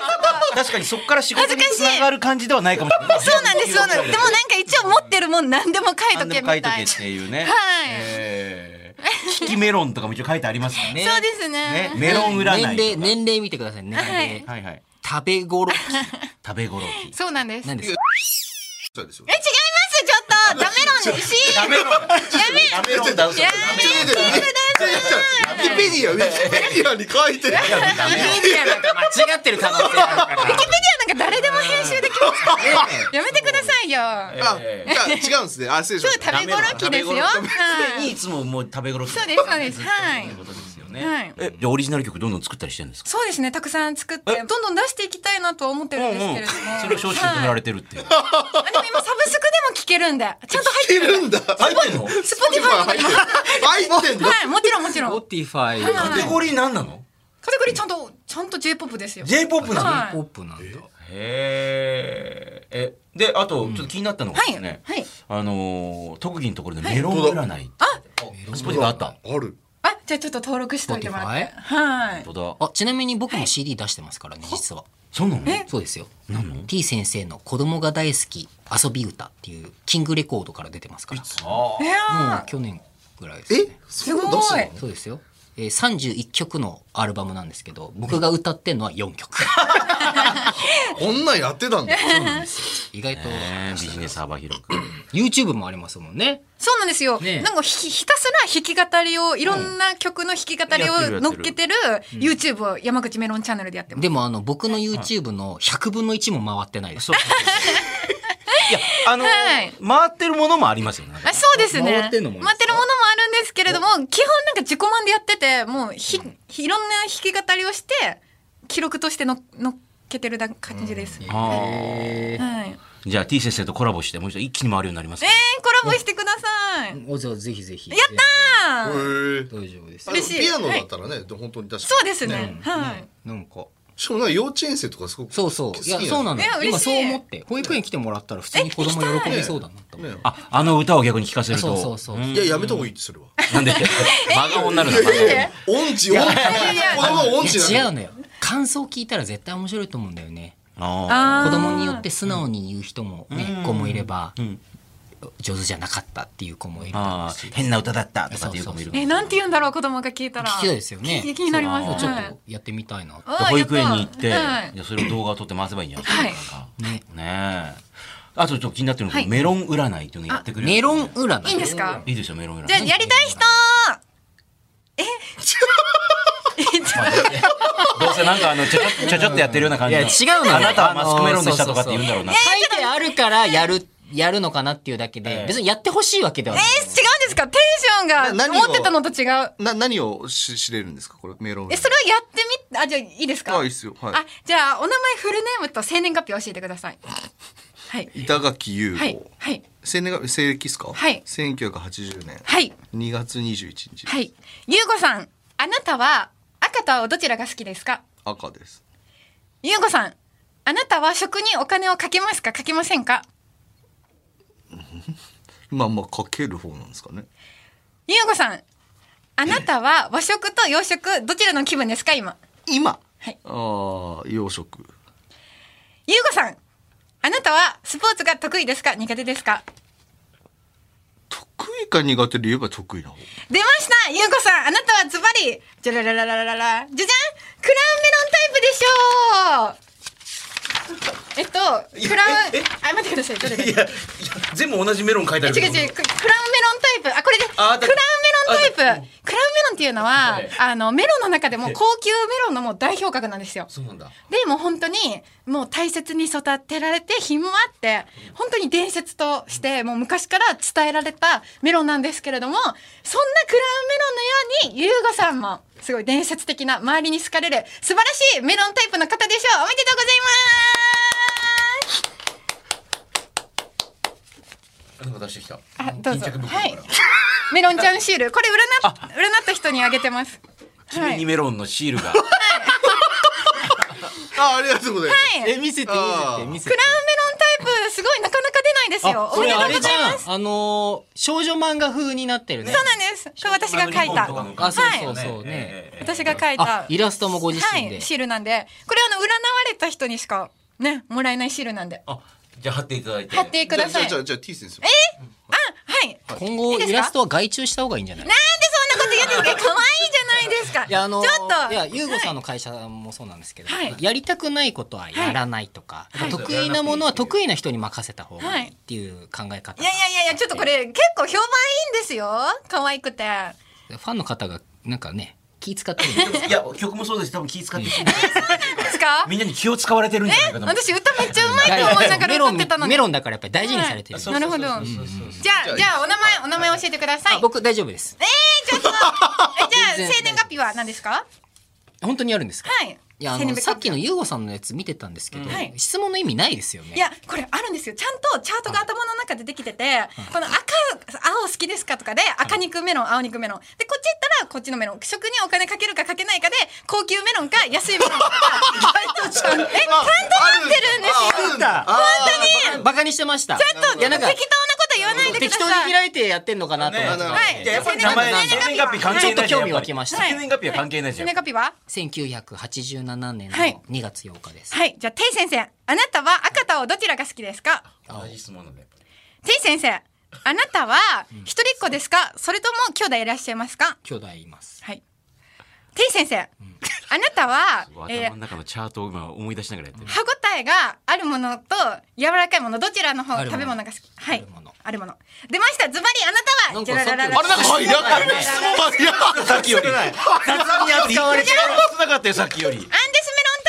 Speaker 3: 確かにそこから仕事に
Speaker 5: 恥ず
Speaker 3: つ
Speaker 5: かしい
Speaker 3: ながる感じではないかもしれない
Speaker 5: そうなんです。そうなんです。でもなんか一応持ってるもん何でも書いと
Speaker 3: 何
Speaker 5: け
Speaker 3: で
Speaker 5: み
Speaker 3: も書
Speaker 5: た
Speaker 3: いとけっ
Speaker 5: いな。はい。
Speaker 3: ていうね、
Speaker 5: そ
Speaker 3: えー、利きメロンとかも一応書いてありますからね
Speaker 5: うですね。
Speaker 3: ねメロン占いとか
Speaker 4: 年齢年齢見てください年齢、
Speaker 5: は
Speaker 3: は
Speaker 5: い
Speaker 3: いはい
Speaker 4: 食べ頃
Speaker 3: 食べ頃期
Speaker 5: そうなんです。え違い
Speaker 4: 何
Speaker 5: ま
Speaker 4: ですか
Speaker 2: そうですよ
Speaker 5: す。ちょっとダメなんですし。やめろ。や
Speaker 3: メロンだ嘘
Speaker 5: め。や
Speaker 2: ウィキペディアウィキペディアに書いてる
Speaker 4: ダメメディアなんか間違ってる可能性あるか
Speaker 5: ウィキペディアなんか誰でも編集できますから。やめてくださいよ。
Speaker 2: あじゃあ違うんですねあ失礼し
Speaker 5: そ
Speaker 2: ま
Speaker 5: う
Speaker 2: した
Speaker 5: 食べ頃期ですよ。
Speaker 3: 常
Speaker 5: はい
Speaker 3: にいつももう食べ頃期
Speaker 5: そうですそうです。はい
Speaker 3: という。ことですよね、
Speaker 5: はい。
Speaker 3: えじゃあオリジナル曲どんどん作ったりしてるんですか
Speaker 5: そうですね、たくさん作って、どんどん出していきたいなとは思ってるんですけれども。
Speaker 3: それを少子に止められてるっていう
Speaker 5: はいあでも今サブスクでも聴けるんで、ちゃんと入
Speaker 2: いけるんだ
Speaker 3: 入ってんの
Speaker 5: スポティファイとかにも。
Speaker 2: 入ってんの
Speaker 5: はい、もちろんもちろん。カ
Speaker 4: Spotify
Speaker 3: カテゴリー何なの
Speaker 5: テゴリーちゃんと、ちゃんと J-POP ですよ。
Speaker 3: J-POP なの
Speaker 5: はい
Speaker 4: J-POP なんだ
Speaker 3: へええであとちょっと気になったのがですね、
Speaker 5: はいはい
Speaker 3: あのー特技のところでメロン占いあスポティファイあった
Speaker 2: ある
Speaker 5: あ、じゃあちょっと登録しといてもらって。
Speaker 4: Spotify？
Speaker 5: はい。
Speaker 3: 本当だ
Speaker 4: あちなみに僕も CD 出してますからね実は
Speaker 3: そうなの
Speaker 4: そうですよ T 先生の「子供が大好き遊び歌」っていうキングレコードから出てますから
Speaker 5: い
Speaker 4: もう
Speaker 5: や
Speaker 4: 去年ぐらいです
Speaker 2: え
Speaker 4: ね
Speaker 2: そんなの出す
Speaker 5: す
Speaker 2: の
Speaker 4: そうですよ、えー、31曲のアルバムなんですけど僕が歌ってんのは4曲
Speaker 2: こんなんやってたんだ
Speaker 4: 意外と
Speaker 3: ビジネス幅広く
Speaker 4: YouTube もありますもんね
Speaker 5: ーそうなんですよ。
Speaker 4: ねえ
Speaker 5: なんかひひたすら弾き語りを、いろんな曲の弾き語
Speaker 3: やっ
Speaker 5: り
Speaker 3: てるやってる
Speaker 5: を乗っけてる YouTube を山口メロンチャンネルでやってます。
Speaker 4: でもあの僕の YouTube の100分の1も回ってないで す
Speaker 3: そういやあのー
Speaker 5: はい
Speaker 3: 回ってるものもありますよね
Speaker 5: あそうですね。
Speaker 4: 回ってんのもですか
Speaker 5: 回ってるものもあるんですけれども、基本なんか自己満でやってて、もうひ、ひいろんな弾き語りをして、記録としての乗っけてるだ感じです。
Speaker 3: あ
Speaker 5: は
Speaker 3: ー
Speaker 5: い。えー、
Speaker 3: じゃあ T 先生とコラボしてもう一度一気に回るようになります
Speaker 5: コラボしてください。
Speaker 4: おじゃあぜひぜひや
Speaker 5: あー
Speaker 2: へえ
Speaker 4: 大丈夫です
Speaker 2: あ
Speaker 5: 嬉しい
Speaker 2: ピアノだったらね、でも本当に確かに
Speaker 5: そうですね。はい。
Speaker 4: なんか
Speaker 2: しかもなんか幼稚園生とかすごく
Speaker 4: そうそういやそうなの
Speaker 5: いや嬉しい
Speaker 4: 今そう思って保育園来てもらったら普通に子供喜びそうだなと思って
Speaker 2: ね
Speaker 3: ああの歌を逆に聞かせると
Speaker 4: そうそうそう
Speaker 2: いややめた方がいいってそれは
Speaker 3: なんで真顔になるな
Speaker 5: なんで
Speaker 2: 音痴音痴子供の音痴
Speaker 4: いや違
Speaker 2: な
Speaker 4: うのよ感想聞いたら絶対面白いと思うんだよね
Speaker 3: あー
Speaker 5: あー
Speaker 4: 子供によって素直に言う人もね子もいれば上手じゃなかったっていう子もいるだろう
Speaker 3: あ
Speaker 4: し
Speaker 3: ー変な歌だったとかっていう子もいる
Speaker 5: え、なんて言うんだろう、子供が聞いたら。
Speaker 4: 聞きたいですよね
Speaker 5: 気気になります。
Speaker 4: ちょ
Speaker 5: は
Speaker 4: っ
Speaker 5: い
Speaker 4: とやってみたいな
Speaker 5: あー
Speaker 3: 保育園に行って、
Speaker 5: やたはい
Speaker 3: いやそれを動画を撮って回せばいいんじゃない
Speaker 5: はい
Speaker 3: ですか。
Speaker 4: ね
Speaker 3: ねえ。あとちょっと気になってるのが、
Speaker 5: はい
Speaker 3: メロン占いっていうのやってくれる。
Speaker 4: メロン占い
Speaker 5: いいんですか
Speaker 3: いいですよメロン占い。
Speaker 5: じゃあ、やりたい人
Speaker 3: どうせなんかあのちゃちゃちゃちゃっとやってるような感
Speaker 4: い
Speaker 3: じ
Speaker 4: や
Speaker 3: の。
Speaker 4: 違うのよ
Speaker 3: あなたはマスクメロンでしたとかって言うんだろうな。
Speaker 4: あのそうそうそう書いてあるからやるやるのかなっていうだけで別にやってほしいわけではない
Speaker 5: えー、違うんですかテンションが
Speaker 2: な何を
Speaker 5: 思ってたのと違う。
Speaker 2: な何をし知れるんですかこれメロン
Speaker 5: え、それはやってみ、あ、じゃあいいですか
Speaker 2: あいいっすよはい
Speaker 5: あ、じゃあ、お名前、フルネームと生年月日を教えてくだ さい。はい。
Speaker 2: 板垣優
Speaker 5: はい
Speaker 2: 子。
Speaker 5: はい。
Speaker 2: 生年月西暦ですか
Speaker 5: はい
Speaker 2: 1980年
Speaker 5: はい。
Speaker 2: 2月21日
Speaker 5: はい。ゆうごさん、あなたは赤と青どちらが好きですか
Speaker 2: 赤です
Speaker 5: ゆうごさん、あなたは食にお金をかけますかかけませんか
Speaker 2: まあまあかける方なんですかね
Speaker 5: ゆうこさん、あなたは和食と洋食、どちらの気分ですか、今。
Speaker 2: 今、
Speaker 5: はい
Speaker 2: ああ洋食
Speaker 5: ゆうこさん、あなたはスポーツが得意ですか、苦手ですか。
Speaker 2: 得意か苦手で言えば得意な方
Speaker 5: 出ましたゆうこさんあなたはズバリじゃららららららじゃじゃんクラウンメロンタイプでしょうえっとクラウン
Speaker 1: ええ
Speaker 5: あ待ってくださいどれだ違う違う
Speaker 1: いや、全部同じメロン書いてある
Speaker 5: ククラウンメロンタイプあこれでクラウ
Speaker 1: あ
Speaker 5: ン
Speaker 1: だ
Speaker 5: メロンタイプクラウンメロンっていうのはあのメロンの中でも高級メロンのもう代表格なんですよ
Speaker 1: そうなんだ。
Speaker 5: でもう本当にもう大切に育てられて品もあって本当に伝説としてもう昔から伝えられたメロンなんですけれどもそんなクラウンメロンのように優吾さんもすごい伝説的な周りに好かれる素晴らしいメロンタイプの方でしょうおめでとうございます
Speaker 1: なんか出してきた。
Speaker 5: あどう
Speaker 1: 巾
Speaker 5: ぞ
Speaker 1: 着袋から
Speaker 5: はいメロンちゃんシールこれ占っ占った人にあげてますは
Speaker 1: 君に
Speaker 5: い、
Speaker 1: メロンのシールが。
Speaker 2: あありがとうございます、
Speaker 5: はい
Speaker 4: え見せていい
Speaker 2: あ
Speaker 4: って
Speaker 2: ー
Speaker 4: 見せ
Speaker 5: ク
Speaker 4: て
Speaker 5: ラウンメロンタイプすごいなかなか出ないですよお
Speaker 4: こ
Speaker 5: め
Speaker 4: れ
Speaker 5: でとう
Speaker 4: あ
Speaker 5: ござい
Speaker 4: れじ
Speaker 5: ます
Speaker 4: ゃんあのー少女漫画風になってるね
Speaker 5: そうなんです。これ 私が書いた。
Speaker 1: あのリボンとかの
Speaker 4: あそう
Speaker 5: はい
Speaker 4: そうそうね
Speaker 5: 私が書い
Speaker 4: あ
Speaker 5: た。
Speaker 4: イラストもご自身
Speaker 5: は
Speaker 4: で
Speaker 5: い、シールなんで、これあの占われた人にしかねもらえないシールなんで。
Speaker 1: あ、じゃあ貼っていただいて。
Speaker 5: 貼ってください。あ、
Speaker 2: じゃ
Speaker 5: は
Speaker 2: あじゃあじゃあ T 先生
Speaker 5: い。なんで
Speaker 4: 今後
Speaker 5: いいです
Speaker 4: イ
Speaker 5: か
Speaker 4: ラストは外注した方がいいんじゃない
Speaker 5: そんなこと言うんですか。可愛いじゃないですか。
Speaker 4: いやあのー
Speaker 5: ちょっと。
Speaker 4: いやゆうごさんの会社もそうなんですけど、
Speaker 5: はい
Speaker 4: やりたくないことはやらないとか、
Speaker 1: い
Speaker 4: 得意なものは得意な人に任せた方がいいっていう考え方、
Speaker 5: いやいやいやいやちょっとこれ結構評判いいんですよ。可愛くて。
Speaker 4: ファンの方がなんかね気使ってるんですよ
Speaker 7: いや曲もそうです多分気使って
Speaker 5: ですか。
Speaker 7: みんなに気を使われてるんじゃないかと思う
Speaker 5: 私歌めっちゃうまいと思いなが
Speaker 4: メ
Speaker 5: ら
Speaker 4: ロ
Speaker 5: 歌ってたの
Speaker 4: ン
Speaker 5: に。
Speaker 4: メロンだからやっぱり大事にされてる、
Speaker 5: なるほど。じゃあじゃあお名前お名前教えてください。
Speaker 4: あ
Speaker 5: え
Speaker 4: 僕大丈夫です
Speaker 5: ちょ っと。えじゃ
Speaker 4: 全
Speaker 5: あ
Speaker 4: 然
Speaker 5: 生年月日は何ですか。
Speaker 4: 本当にあるんですか
Speaker 5: はい。
Speaker 4: いやあ
Speaker 5: 生年
Speaker 4: の
Speaker 5: 月日
Speaker 4: さっきのゆうごさんのやつ見てたんですけど、
Speaker 5: はい
Speaker 4: 質問の意味ないですよね
Speaker 5: いやこれあるんですよちゃんとチャートが頭の中でできててこの赤青好きですかとかで赤肉メロン青肉メロンでこっち行ったらこっちのメロン食にお金かけるかかけないかで高級メロンか安いメロンかえちゃんとなってるんですよ
Speaker 2: あるんだあ
Speaker 4: バカにしてました
Speaker 5: ちゃん
Speaker 4: い
Speaker 5: と適当
Speaker 4: や
Speaker 5: な
Speaker 4: なん
Speaker 5: こ
Speaker 4: か
Speaker 5: と言わないでくだ
Speaker 4: 適当に
Speaker 5: さい
Speaker 4: 開いてやってんのかなと思ってた、
Speaker 2: ね
Speaker 5: はい
Speaker 1: じゃあやっぱり名前なんだ
Speaker 5: 生年月日
Speaker 1: 関
Speaker 5: は
Speaker 1: 係ない
Speaker 5: い
Speaker 4: ちょっと興味湧きました、
Speaker 5: はい
Speaker 1: 生年月日は関係ないじ
Speaker 5: 生
Speaker 1: ゃん
Speaker 5: 年。月日は
Speaker 4: 1987年の
Speaker 5: はい
Speaker 4: 2月8日です、
Speaker 5: はいじゃあてい先生あなたは赤と青どちらが好きですか
Speaker 1: 同じ質問なんだよ。
Speaker 5: てい先生あなたは一人っ子ですかそれとも兄弟いらっしゃいますか
Speaker 4: 兄弟います
Speaker 5: はい。てい先生、あなたは、えー
Speaker 1: 頭の中のチャートを今思い出しながらやってる。
Speaker 5: 歯ごたえがあるものと柔らかいものどちらの方
Speaker 4: あるもの
Speaker 5: 食べ物が好きは
Speaker 4: あ
Speaker 5: い
Speaker 4: るもの
Speaker 5: あるもの出ましたズバリあなたは
Speaker 4: なんかさっきの
Speaker 5: ジャララ
Speaker 2: あいや
Speaker 4: あれなんか
Speaker 5: ララあんで
Speaker 2: 質問いや
Speaker 7: さっきより雑に扱われてるなかったよさっきより
Speaker 5: すメロンタ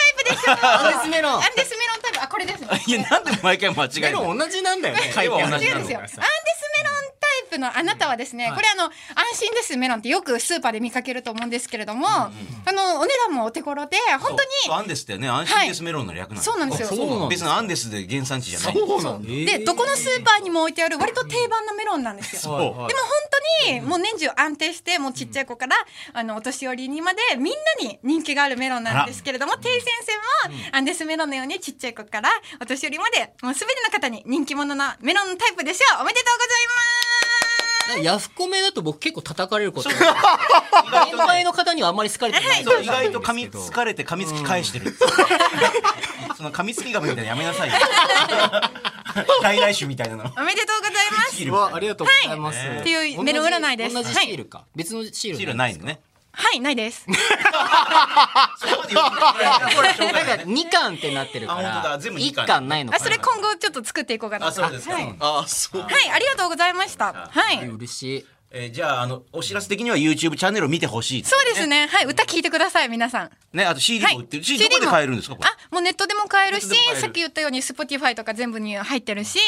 Speaker 5: イプでしょ
Speaker 4: アンデスメロン
Speaker 5: アンデスメロンタイプあこれですね
Speaker 7: いやなんで毎回間違え
Speaker 4: メ
Speaker 7: る
Speaker 4: ロ
Speaker 7: の
Speaker 4: ン同じなんだよね
Speaker 7: 書いてある
Speaker 5: 違うんですよアンデスメロンタイプのあなたはですね、これあの安心ですメロンってよくスーパーで見かけると思うんですけれども、あのお値段もお手頃で本当に
Speaker 7: そうアンデスってね安心ですメロンの略なの
Speaker 5: そうなんですよ
Speaker 4: あそうなの
Speaker 7: 別にアンデスで原産地じゃない
Speaker 5: でどこのスーパーにも置いてある割と定番のメロンなんですよ。でも本当にもう年中安定してもうちっちゃい子から、あのお年寄りにまでみんなに人気があるメロンなんですけれども定先生も、アンデスメロンのようにちっちゃい子からお年寄りまでもう全ての方に人気者のメロンのタイプでしょうおめでとうございます
Speaker 4: ヤフコメだと僕結構叩かれること がある先輩の方にはあんまり好かれてない
Speaker 7: そう意外と噛みつかれて噛みつき返してる。 その噛みつき髪みたいなのやめ なさいよ。外来種みたいなの。
Speaker 5: おめでとうございます
Speaker 7: シールみたい
Speaker 4: わ
Speaker 7: な
Speaker 4: ありがとうございます、
Speaker 5: はいっていうメロン占いです
Speaker 4: 同じシールか、別のシール
Speaker 7: シールないのね。
Speaker 5: はいないです
Speaker 4: なん か二巻ってなってるか
Speaker 7: あ本当だ
Speaker 4: ら
Speaker 7: 全部二
Speaker 4: 一
Speaker 7: 巻
Speaker 4: 巻ないのか
Speaker 5: あ
Speaker 4: な
Speaker 5: それ今後ちょっと作っていこうかなと
Speaker 7: あそうですか
Speaker 5: はい、はい
Speaker 2: ああそう
Speaker 5: ありがとうございましたはい
Speaker 4: 嬉しい
Speaker 7: えーじゃああのお知らせ的には YouTube チャンネルを見てほしいって。
Speaker 5: そうですねはい歌聞いてください皆さん
Speaker 7: ねあと CD も売ってる。CD ど
Speaker 5: CD
Speaker 7: こで買えるんですかこれ。
Speaker 5: あもうネットでも買えるし
Speaker 7: ネットでも買える
Speaker 5: さっき言ったように Spotify とか全部に入ってるし、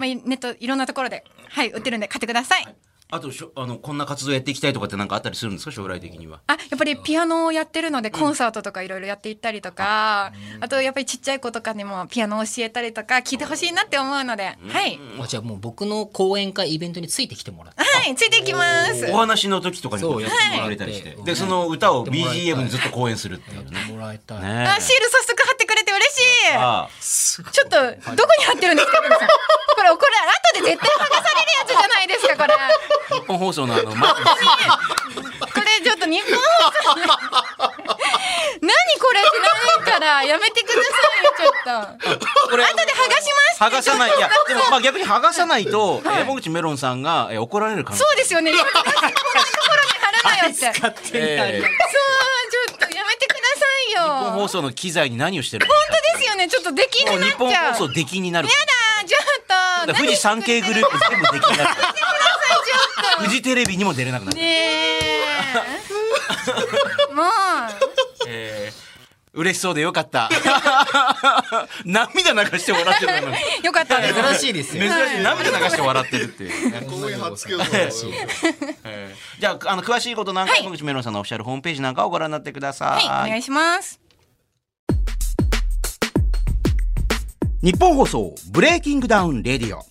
Speaker 5: まあ、ネットいろんなところで、はい、売ってるんで買ってください、
Speaker 7: あとしょあのこんな活動やっていきたいとかってなんかあったりするんですか将来的には。
Speaker 5: あやっぱりピアノをやってるのでコンサートとかいろいろやっていったりとか、あとやっぱりちっちゃい子とかにもピアノを教えたりとか聞いてほしいなって思うので、はい、
Speaker 4: あじゃあもう僕の講演会イベントについてきてもらって
Speaker 5: はい、ついていきます
Speaker 7: お話の時とかにこ
Speaker 4: そうう
Speaker 7: や
Speaker 4: や
Speaker 7: っ
Speaker 4: っててもら
Speaker 7: もらえ
Speaker 4: い
Speaker 7: た
Speaker 4: たい
Speaker 7: りして、でその歌を BGM にずっと公演するっていうね。
Speaker 4: もらいたい、
Speaker 7: ね
Speaker 5: あシール早速貼ってくれて嬉しい
Speaker 7: あ
Speaker 5: ちょっとどこに貼ってるんですか皆さんこれこれ後で絶対剥がされるやつじゃないでこれ。
Speaker 3: 日本放送のあの、ま、
Speaker 5: これちょっと日本放送何これ知らないからやめてくださいよちょっと
Speaker 7: これ
Speaker 5: 後で剥がします
Speaker 7: 剥がさない。いや、でもまあ逆に剥がさないと、
Speaker 5: はい
Speaker 7: 山口メロンさんがえー怒られる可能性
Speaker 5: そうですよね今こんなところに貼らないよってそうちょっ
Speaker 7: えー
Speaker 5: とやめてく
Speaker 7: 日本
Speaker 5: ださいよ
Speaker 7: 放送の機材に何をしてる
Speaker 5: 本当ですよねちょっと出禁
Speaker 7: も
Speaker 5: に
Speaker 7: う
Speaker 5: な
Speaker 7: 日
Speaker 5: っ
Speaker 7: 本
Speaker 5: ちゃう
Speaker 7: 放送出禁になる。
Speaker 5: あーちょっ
Speaker 7: だ
Speaker 5: と
Speaker 7: から富士山系グループ全部出禁になる。
Speaker 5: 何
Speaker 7: フジテレビにも出れなくなる。
Speaker 5: ちょっとねえもう
Speaker 7: えー嬉しそうでよ かった。涙流して笑ってるのに。
Speaker 5: よかったです
Speaker 4: 珍しいですよ
Speaker 7: 珍しい涙流して笑ってるっていう。
Speaker 2: こういう発言
Speaker 7: えーじゃあ、あの、詳しいことなんか、
Speaker 5: はい
Speaker 7: 山口メロンさんのオフィシャルホームページなんかをご覧になってください。
Speaker 5: はいお願いします
Speaker 7: 日本放送ブレイキングダウンレディオ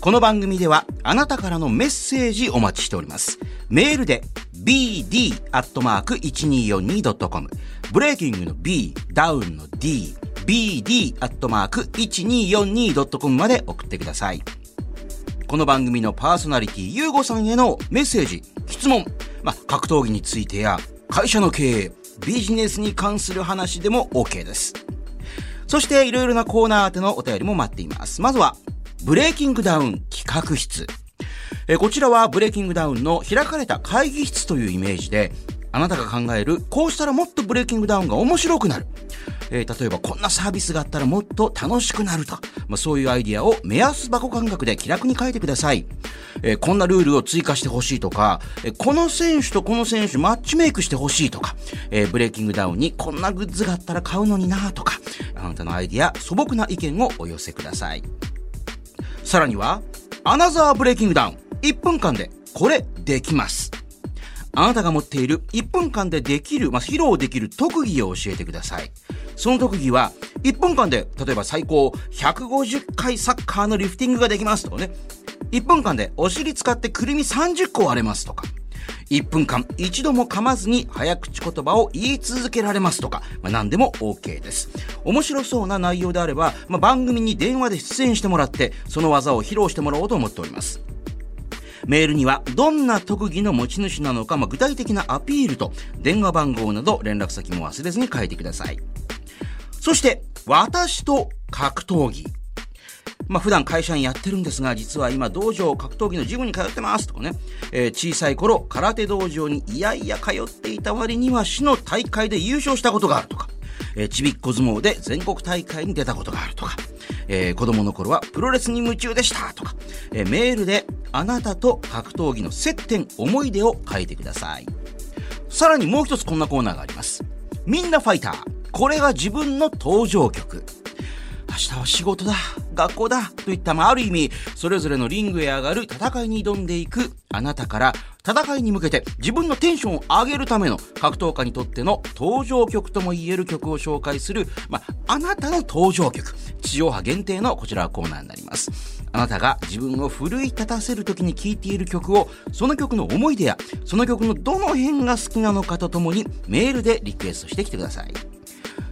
Speaker 7: この番組ではあなたからのメッセージお待ちしておりますメールで bd.1242.com ブレイキングの b ダウンの d bd.1242.com まで送ってくださいこの番組のパーソナリティゆうごさんへのメッセージ質問、まあ、格闘技についてや会社の経営ビジネスに関する話でも OK ですそしていろいろなコーナー宛てのお便りも待っています。まずは、ブレイキングダウン企画室。えーこちらはブレイキングダウンの開かれた会議室というイメージで、あなたが考える、こうしたらもっとブレイキングダウンが面白くなる。えー例えばこんなサービスがあったらもっと楽しくなると、まあ、そういうアイディアを目安箱感覚で気楽に書いてください。えーこんなルールを追加してほしいとか、えーこの選手とこの選手マッチメイクしてほしいとか、えーブレイキングダウンにこんなグッズがあったら買うのになとか、あなたのアイディア、素朴な意見をお寄せください。さらには、アナザーブレイキングダウン。1分間でこれできます。あなたが持っている1分間でできる、まあ、披露できる特技を教えてください。その特技は、1分間で、例えば最高150回サッカーのリフティングができますとかね。1分間でお尻使ってくるみ30個割れますとか。1分間一度も噛まずに早口言葉を言い続けられますとか、まあ、何でも OK です。面白そうな内容であれば、まあ、番組に電話で出演してもらって、その技を披露してもらおうと思っております。メールにはどんな特技の持ち主なのか、まあ具体的なアピールと電話番号など連絡先も忘れずに書いてください。そして、私と格闘技。まあ、普段会社員やってるんですが、実は今、道場格闘技のジムに通ってますとかね、えー小さい頃、空手道場にいやいや通っていた割には、市の大会で優勝したことがあるとか、えーちびっこ相撲で全国大会に出たことがあるとか、えー子供の頃はプロレスに夢中でしたとか、えーメールで、あなたと格闘技の接点、思い出を書いてください。さらにもう一つこんなコーナーがあります。みんなファイター。これが自分の登場曲。明日は仕事だ、学校だ、といった、まあ、ある意味、それぞれのリングへ上がる戦いに挑んでいくあなたから、戦いに向けて自分のテンションを上げるための格闘家にとっての登場曲とも言える曲を紹介する、まあ、あなたの登場曲。地上波限定のこちらはコーナーになります。あなたが自分を奮い立たせる時に聴いている曲を、その曲の思い出や、その曲のどの辺が好きなのかとともに、メールでリクエストしてきてください。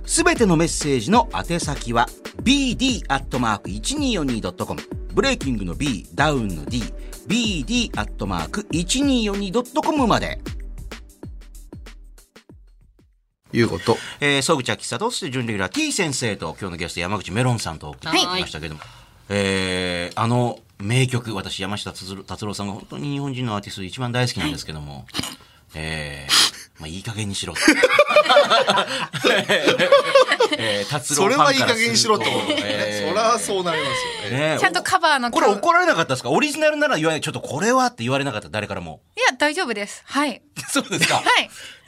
Speaker 7: すべてのメッセージの宛先は bd.1242.com ブレイキングの B ダウンの D bd.1242.com まで
Speaker 2: いうこと
Speaker 7: えー、総口秋里そして準レギュラー T 先生と今日のゲスト山口メロンさんとお送りしてきましたけども、えーあの名曲私山下達郎達郎さんが本当に日本人のアーティストで一番大好きなんですけども、 えーまあ、いい加減にしろと えー達
Speaker 2: そ
Speaker 7: 郎フ
Speaker 2: れ
Speaker 7: ァンから
Speaker 2: はいい加
Speaker 7: する
Speaker 2: 減にしろと思う、
Speaker 7: えー
Speaker 2: そらそうなりますよね
Speaker 7: ね
Speaker 5: ちゃんとカバーの
Speaker 7: これ怒られなかったですかオリジナルなら言わないちょっとこれはって言われなかった誰からも
Speaker 5: いや大丈夫ですはい
Speaker 7: そうですか、
Speaker 5: はい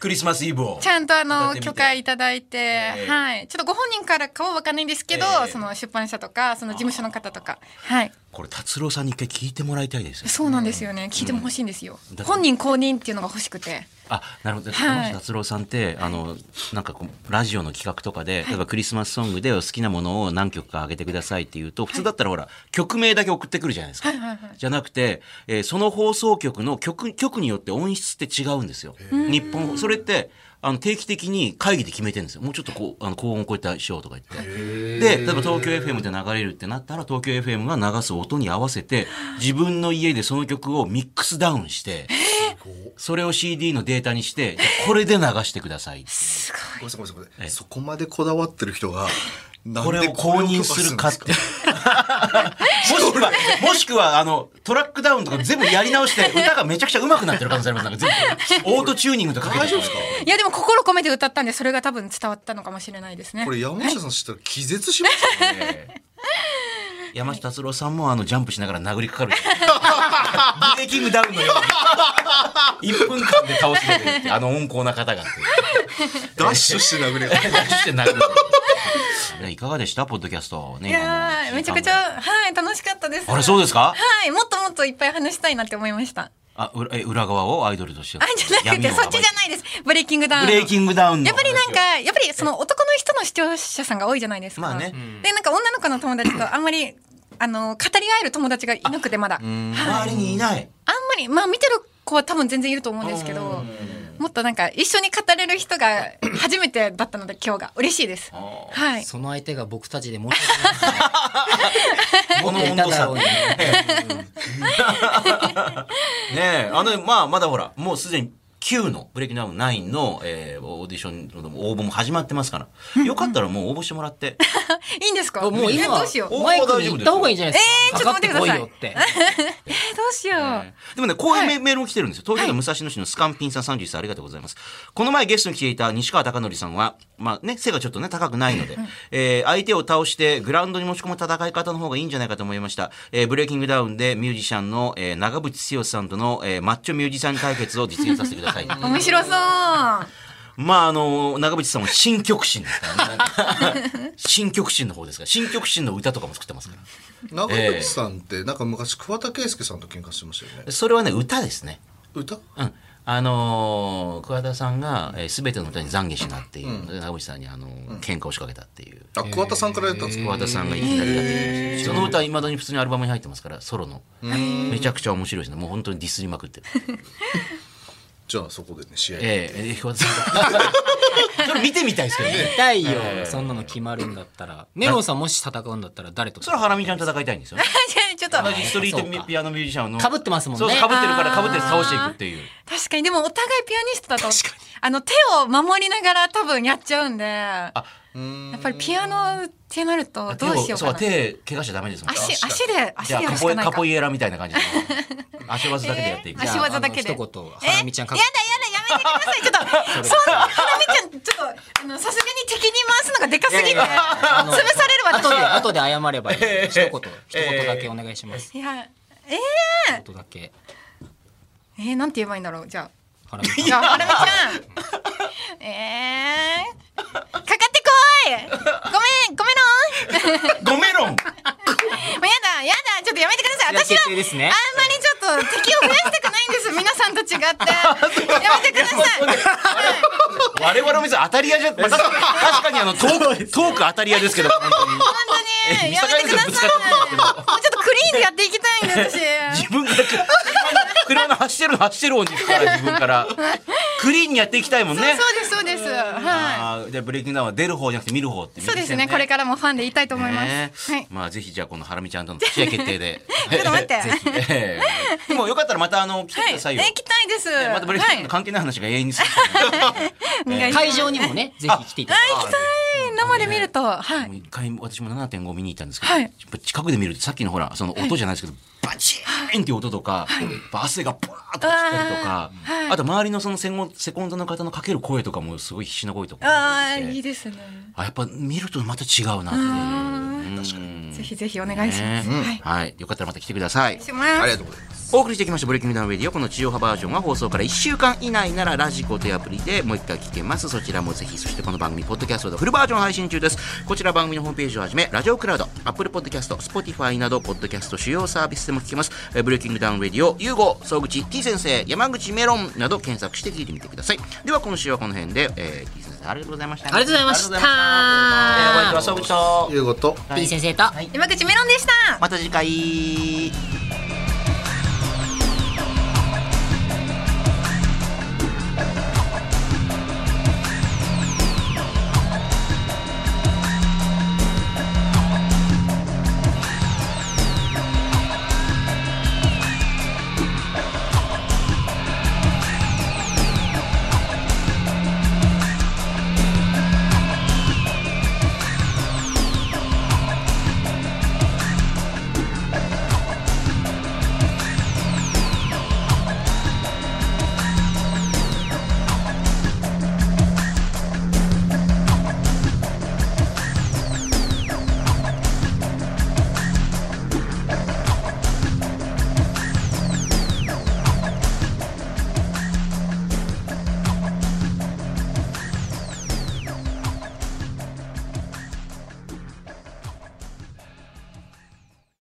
Speaker 7: クリスマスイブを
Speaker 5: ちゃんとあ
Speaker 7: 歌っ
Speaker 5: の
Speaker 7: てみて
Speaker 5: 許可いただいて、
Speaker 7: えー
Speaker 5: はい、ちょっとご本人からかはわかんないんですけど、
Speaker 7: えー
Speaker 5: その出版社とかその事務所の方とか、はい、
Speaker 7: これ達郎さんに一回聞いてもらいたいですよ
Speaker 5: そうなんですよね、聞いても欲しいんですよ
Speaker 7: だって。
Speaker 5: 本人公認っていうのが欲しくて、
Speaker 7: あなるほど、
Speaker 5: はい
Speaker 7: 山下達郎さんってあのなんかこうラジオの企画とかで、例えばクリスマスソングでお好きなものを何曲かあげてくださいって言うと普通だったらほら、曲名だけ送ってくるじゃないですか、じゃなくて、えーその放送局の曲局によって音質って違うんですよ日本それって
Speaker 3: あの定期的に会議で決めてるんですよ。もうちょっとこう、あの高音を超えたしようとか言って。で、例えば東京 FM で流れるってなったら、東京 FM が流す音に合わせて、自分の家でその曲をミックスダウンして、それを CD のデータにして、じゃあこれで流してください っていう。
Speaker 2: ごめんなさいごめんなさいごめんなさいそこまでこだわってる 人がなん
Speaker 3: これ
Speaker 2: で
Speaker 3: を公認するかって。もし くは、もしくは、あの、トラックダウンとか全部やり直して、歌がめちゃくちゃ上手くなってる可能性あります。なんか全部、オートチューニングとかけて。大丈夫ですか
Speaker 5: いやでも心込めて歌ったんでそれが多分伝わったのかもしれないですね
Speaker 2: これ山下さん知ったら気絶しますよね
Speaker 3: 山下達郎さんもあのジャンプしながら殴りかかる。 ブレーキングダウンのように。1分間で倒すのでって、あの温厚な方がっていう。
Speaker 2: ダッシュして殴 れる
Speaker 3: ダッシュして殴る。いやいかがでしたポッドキャストね。
Speaker 5: いやーめちゃくち
Speaker 3: あ
Speaker 5: ゃはい楽しかったです
Speaker 3: の。あれ、そうですか
Speaker 5: はいもっともっといっぱい話したいなって思いました
Speaker 3: あ、うらえ裏側をアイドルとして。
Speaker 5: あじゃなくてそっちじゃないですブレイキングダウン
Speaker 3: ブレイキングダウンの
Speaker 5: やっぱりなん
Speaker 3: 話を
Speaker 5: かやっぱりその男の人の視聴者さんが多いじゃないですか、
Speaker 3: まあね
Speaker 5: でなんか女の子の友達とあんまりあの語り合える友達がいなくてまだあんま
Speaker 3: 周りにいない。
Speaker 5: りまあ見てる子は多分全然いると思うんですけどもっとなんか一緒に語れる人が初めてだったので今日が嬉しいですはい
Speaker 4: その相手が僕たちで申し 訳ない。
Speaker 3: この温度差ね。ねえ、あの、まあ、まだほら、もうすでに9の、ブレイキングダウン9の、えーオーディションの応募も始まってますから、よかったらもう応募してもらって、
Speaker 5: いいんですか
Speaker 4: もう
Speaker 5: え
Speaker 4: 今
Speaker 5: どうしようえ
Speaker 3: お
Speaker 4: マイクに行った方がいいんじゃないです
Speaker 5: えー
Speaker 4: か。
Speaker 5: ちょっと待ってください
Speaker 4: かかってこよ
Speaker 5: ーどうしよう、
Speaker 3: でもね、こういうメ,、
Speaker 5: はい
Speaker 3: メールも来てるんですよ。東京都武蔵野市のスカンピンさん31歳ありがとうございます。この前ゲストに来ていた西川貴教さんは、まあね、背がちょっとね、高くないので、えー相手を倒してグラウンドに持ち込む戦い方の方がいいんじゃないかと思いました。えーブレイキングダウンでミュージシャンの、えー長渕剛さんとの、えーマッチョミュージシャン対決を実現させてください。
Speaker 5: 面白 そう
Speaker 3: まあ、あの、長渕さんも新曲心ですからね。 新曲心の方ですから。新曲心の歌とかも作ってますから。
Speaker 2: 長渕さんってなんか昔桑田佳祐さんと喧嘩してましたよね
Speaker 3: それはね、歌ですね。
Speaker 2: 歌
Speaker 3: うん、あのー、桑田さんが、えー、全ての歌に懺悔しなっていう、長渕さんに、あのー喧嘩を仕掛けたっていう
Speaker 2: あ桑田さんからやったんですか
Speaker 3: 桑田さんがいきなりやってましたその歌はいまだに普通にアルバムに入ってますからソロのめちゃくちゃ面白いですねもう本当にディスりまくってる
Speaker 2: じゃあそこでね試合
Speaker 3: えええー桑田さんそれ見てみたいですけどね
Speaker 4: 痛いよ。そんなの決まるんだったら。メロンさんもし戦うんだったら誰と
Speaker 3: それはハラミちゃんと戦いたいんですよね
Speaker 5: ちょっと
Speaker 3: 同じストリートミ
Speaker 4: そうか
Speaker 3: ピアノミュージシャンの
Speaker 4: 被ってますもんね
Speaker 3: そうそう被ってるから被って倒していくっていう
Speaker 5: 確かにでもお互いピアニストだとあの手を守りながら多分やっちゃうんでやっぱりピアノってなるとどうしよう
Speaker 3: 手を
Speaker 5: か
Speaker 3: そう
Speaker 5: な
Speaker 3: 手怪我しちゃダメですもんね
Speaker 5: 足足で足
Speaker 3: じゃ
Speaker 5: で
Speaker 3: あ
Speaker 5: やる
Speaker 3: カ
Speaker 5: しか
Speaker 3: ポ
Speaker 5: ない
Speaker 3: カ
Speaker 5: か
Speaker 3: ポイエラみたいな感じで 足技だけでやっていく
Speaker 5: えー足技だけで
Speaker 4: あの一言、ハラミちゃんか
Speaker 5: やだやだや めてくださいちょっとそんな花見ちゃんちょっとあのさすがに敵に回すのがでかすぎて潰
Speaker 4: あの
Speaker 5: される
Speaker 4: 後で、
Speaker 5: 私
Speaker 4: 後で謝ればいい。一言、一言だけお願いします。
Speaker 5: いや
Speaker 4: 一言だけ。
Speaker 5: えー、なんて言えばいいんだろうじゃ
Speaker 4: ハラミ
Speaker 5: あ
Speaker 4: ち
Speaker 5: じ
Speaker 4: ゃ
Speaker 5: ゃ
Speaker 4: ん。
Speaker 5: あ花見ちゃんえー、かかってこいごめんごめんの
Speaker 3: ごめろん
Speaker 5: もうやだやだちょっとやめてください私
Speaker 4: いや決
Speaker 5: は
Speaker 4: 定ですね
Speaker 5: あんまりちょっと敵を増やしたくないんです皆さんと違ってやめてください
Speaker 3: 我々も別に当たり屋じゃ、まあ、確か確かにあのトークトーク当たり屋ですけど本当に
Speaker 5: 本当にやめてくださいもうちょっとクリーンでやっていきたいんです私
Speaker 3: 自分が 車の走ってるの走ってる音ですから自分からクリーンにやっていきたいもんね
Speaker 5: そうですそうですはい
Speaker 3: あーじゃあブレイキングダウンは出る方じゃなくて見る方って見
Speaker 5: そうですねこれからもファンでいたいと思います、はい
Speaker 3: まあぜひじゃあこのハラミちゃんとの試合決定 で
Speaker 5: ちょっと待って
Speaker 3: ぜひええでもよかったらまたあの来てく
Speaker 5: はい、え
Speaker 3: ださいよ、
Speaker 5: 行きたいです。
Speaker 3: ねまたブレイキングダウンの関係ない話が永遠にするからね、
Speaker 5: はい、
Speaker 4: 会場
Speaker 5: に
Speaker 4: にもね、ぜひ来ていただきたい。
Speaker 5: 生で見ると、は
Speaker 3: も
Speaker 5: い。
Speaker 3: う一回私も7.5見に行ったんですけど、
Speaker 5: はい
Speaker 3: やっぱ近くで見るとさっきのほらその音じゃないですけど、バチーンっていう音とか、やっぱ汗がバーッと落ちたりとかあ,、と周りのそのセコンセコンドの方のかける声とかもすごい必死な声とか
Speaker 5: ああ、
Speaker 3: 聞こえて
Speaker 5: い
Speaker 3: き
Speaker 5: い
Speaker 3: て
Speaker 5: ですね。
Speaker 3: あやっぱ見るとまた違うなっていう。確かに
Speaker 5: ぜひぜひお願いします。はい。
Speaker 3: はい、よかったらまた来てください
Speaker 5: お願い。します。
Speaker 2: ありがとうございます
Speaker 3: お送りしてきました「ブレイキングダウンウェディオ」この地上波バージョンは放送から1週間以内ならラジコというアプリでもう一回聞けますそちらもぜひそしてこの番組ポッドキャストでフルバージョン配信中ですこちら番組のホームページをはじめラジオクラウドアップルポッドキャストスポティファイなどポッドキャスト主要サービスでも聞けますえーブレイキングダウンウェディオゆうご総口 T 先生山口メロンなど検索して聞いてみてくださいでは今週はこの辺で、えー、T 先生ありがとうございました
Speaker 4: ありがとうございました
Speaker 3: ありがとうございましたえーお相手は総口と
Speaker 2: いうこと
Speaker 4: いい先生と。
Speaker 5: 山口メロンでした。
Speaker 3: また次回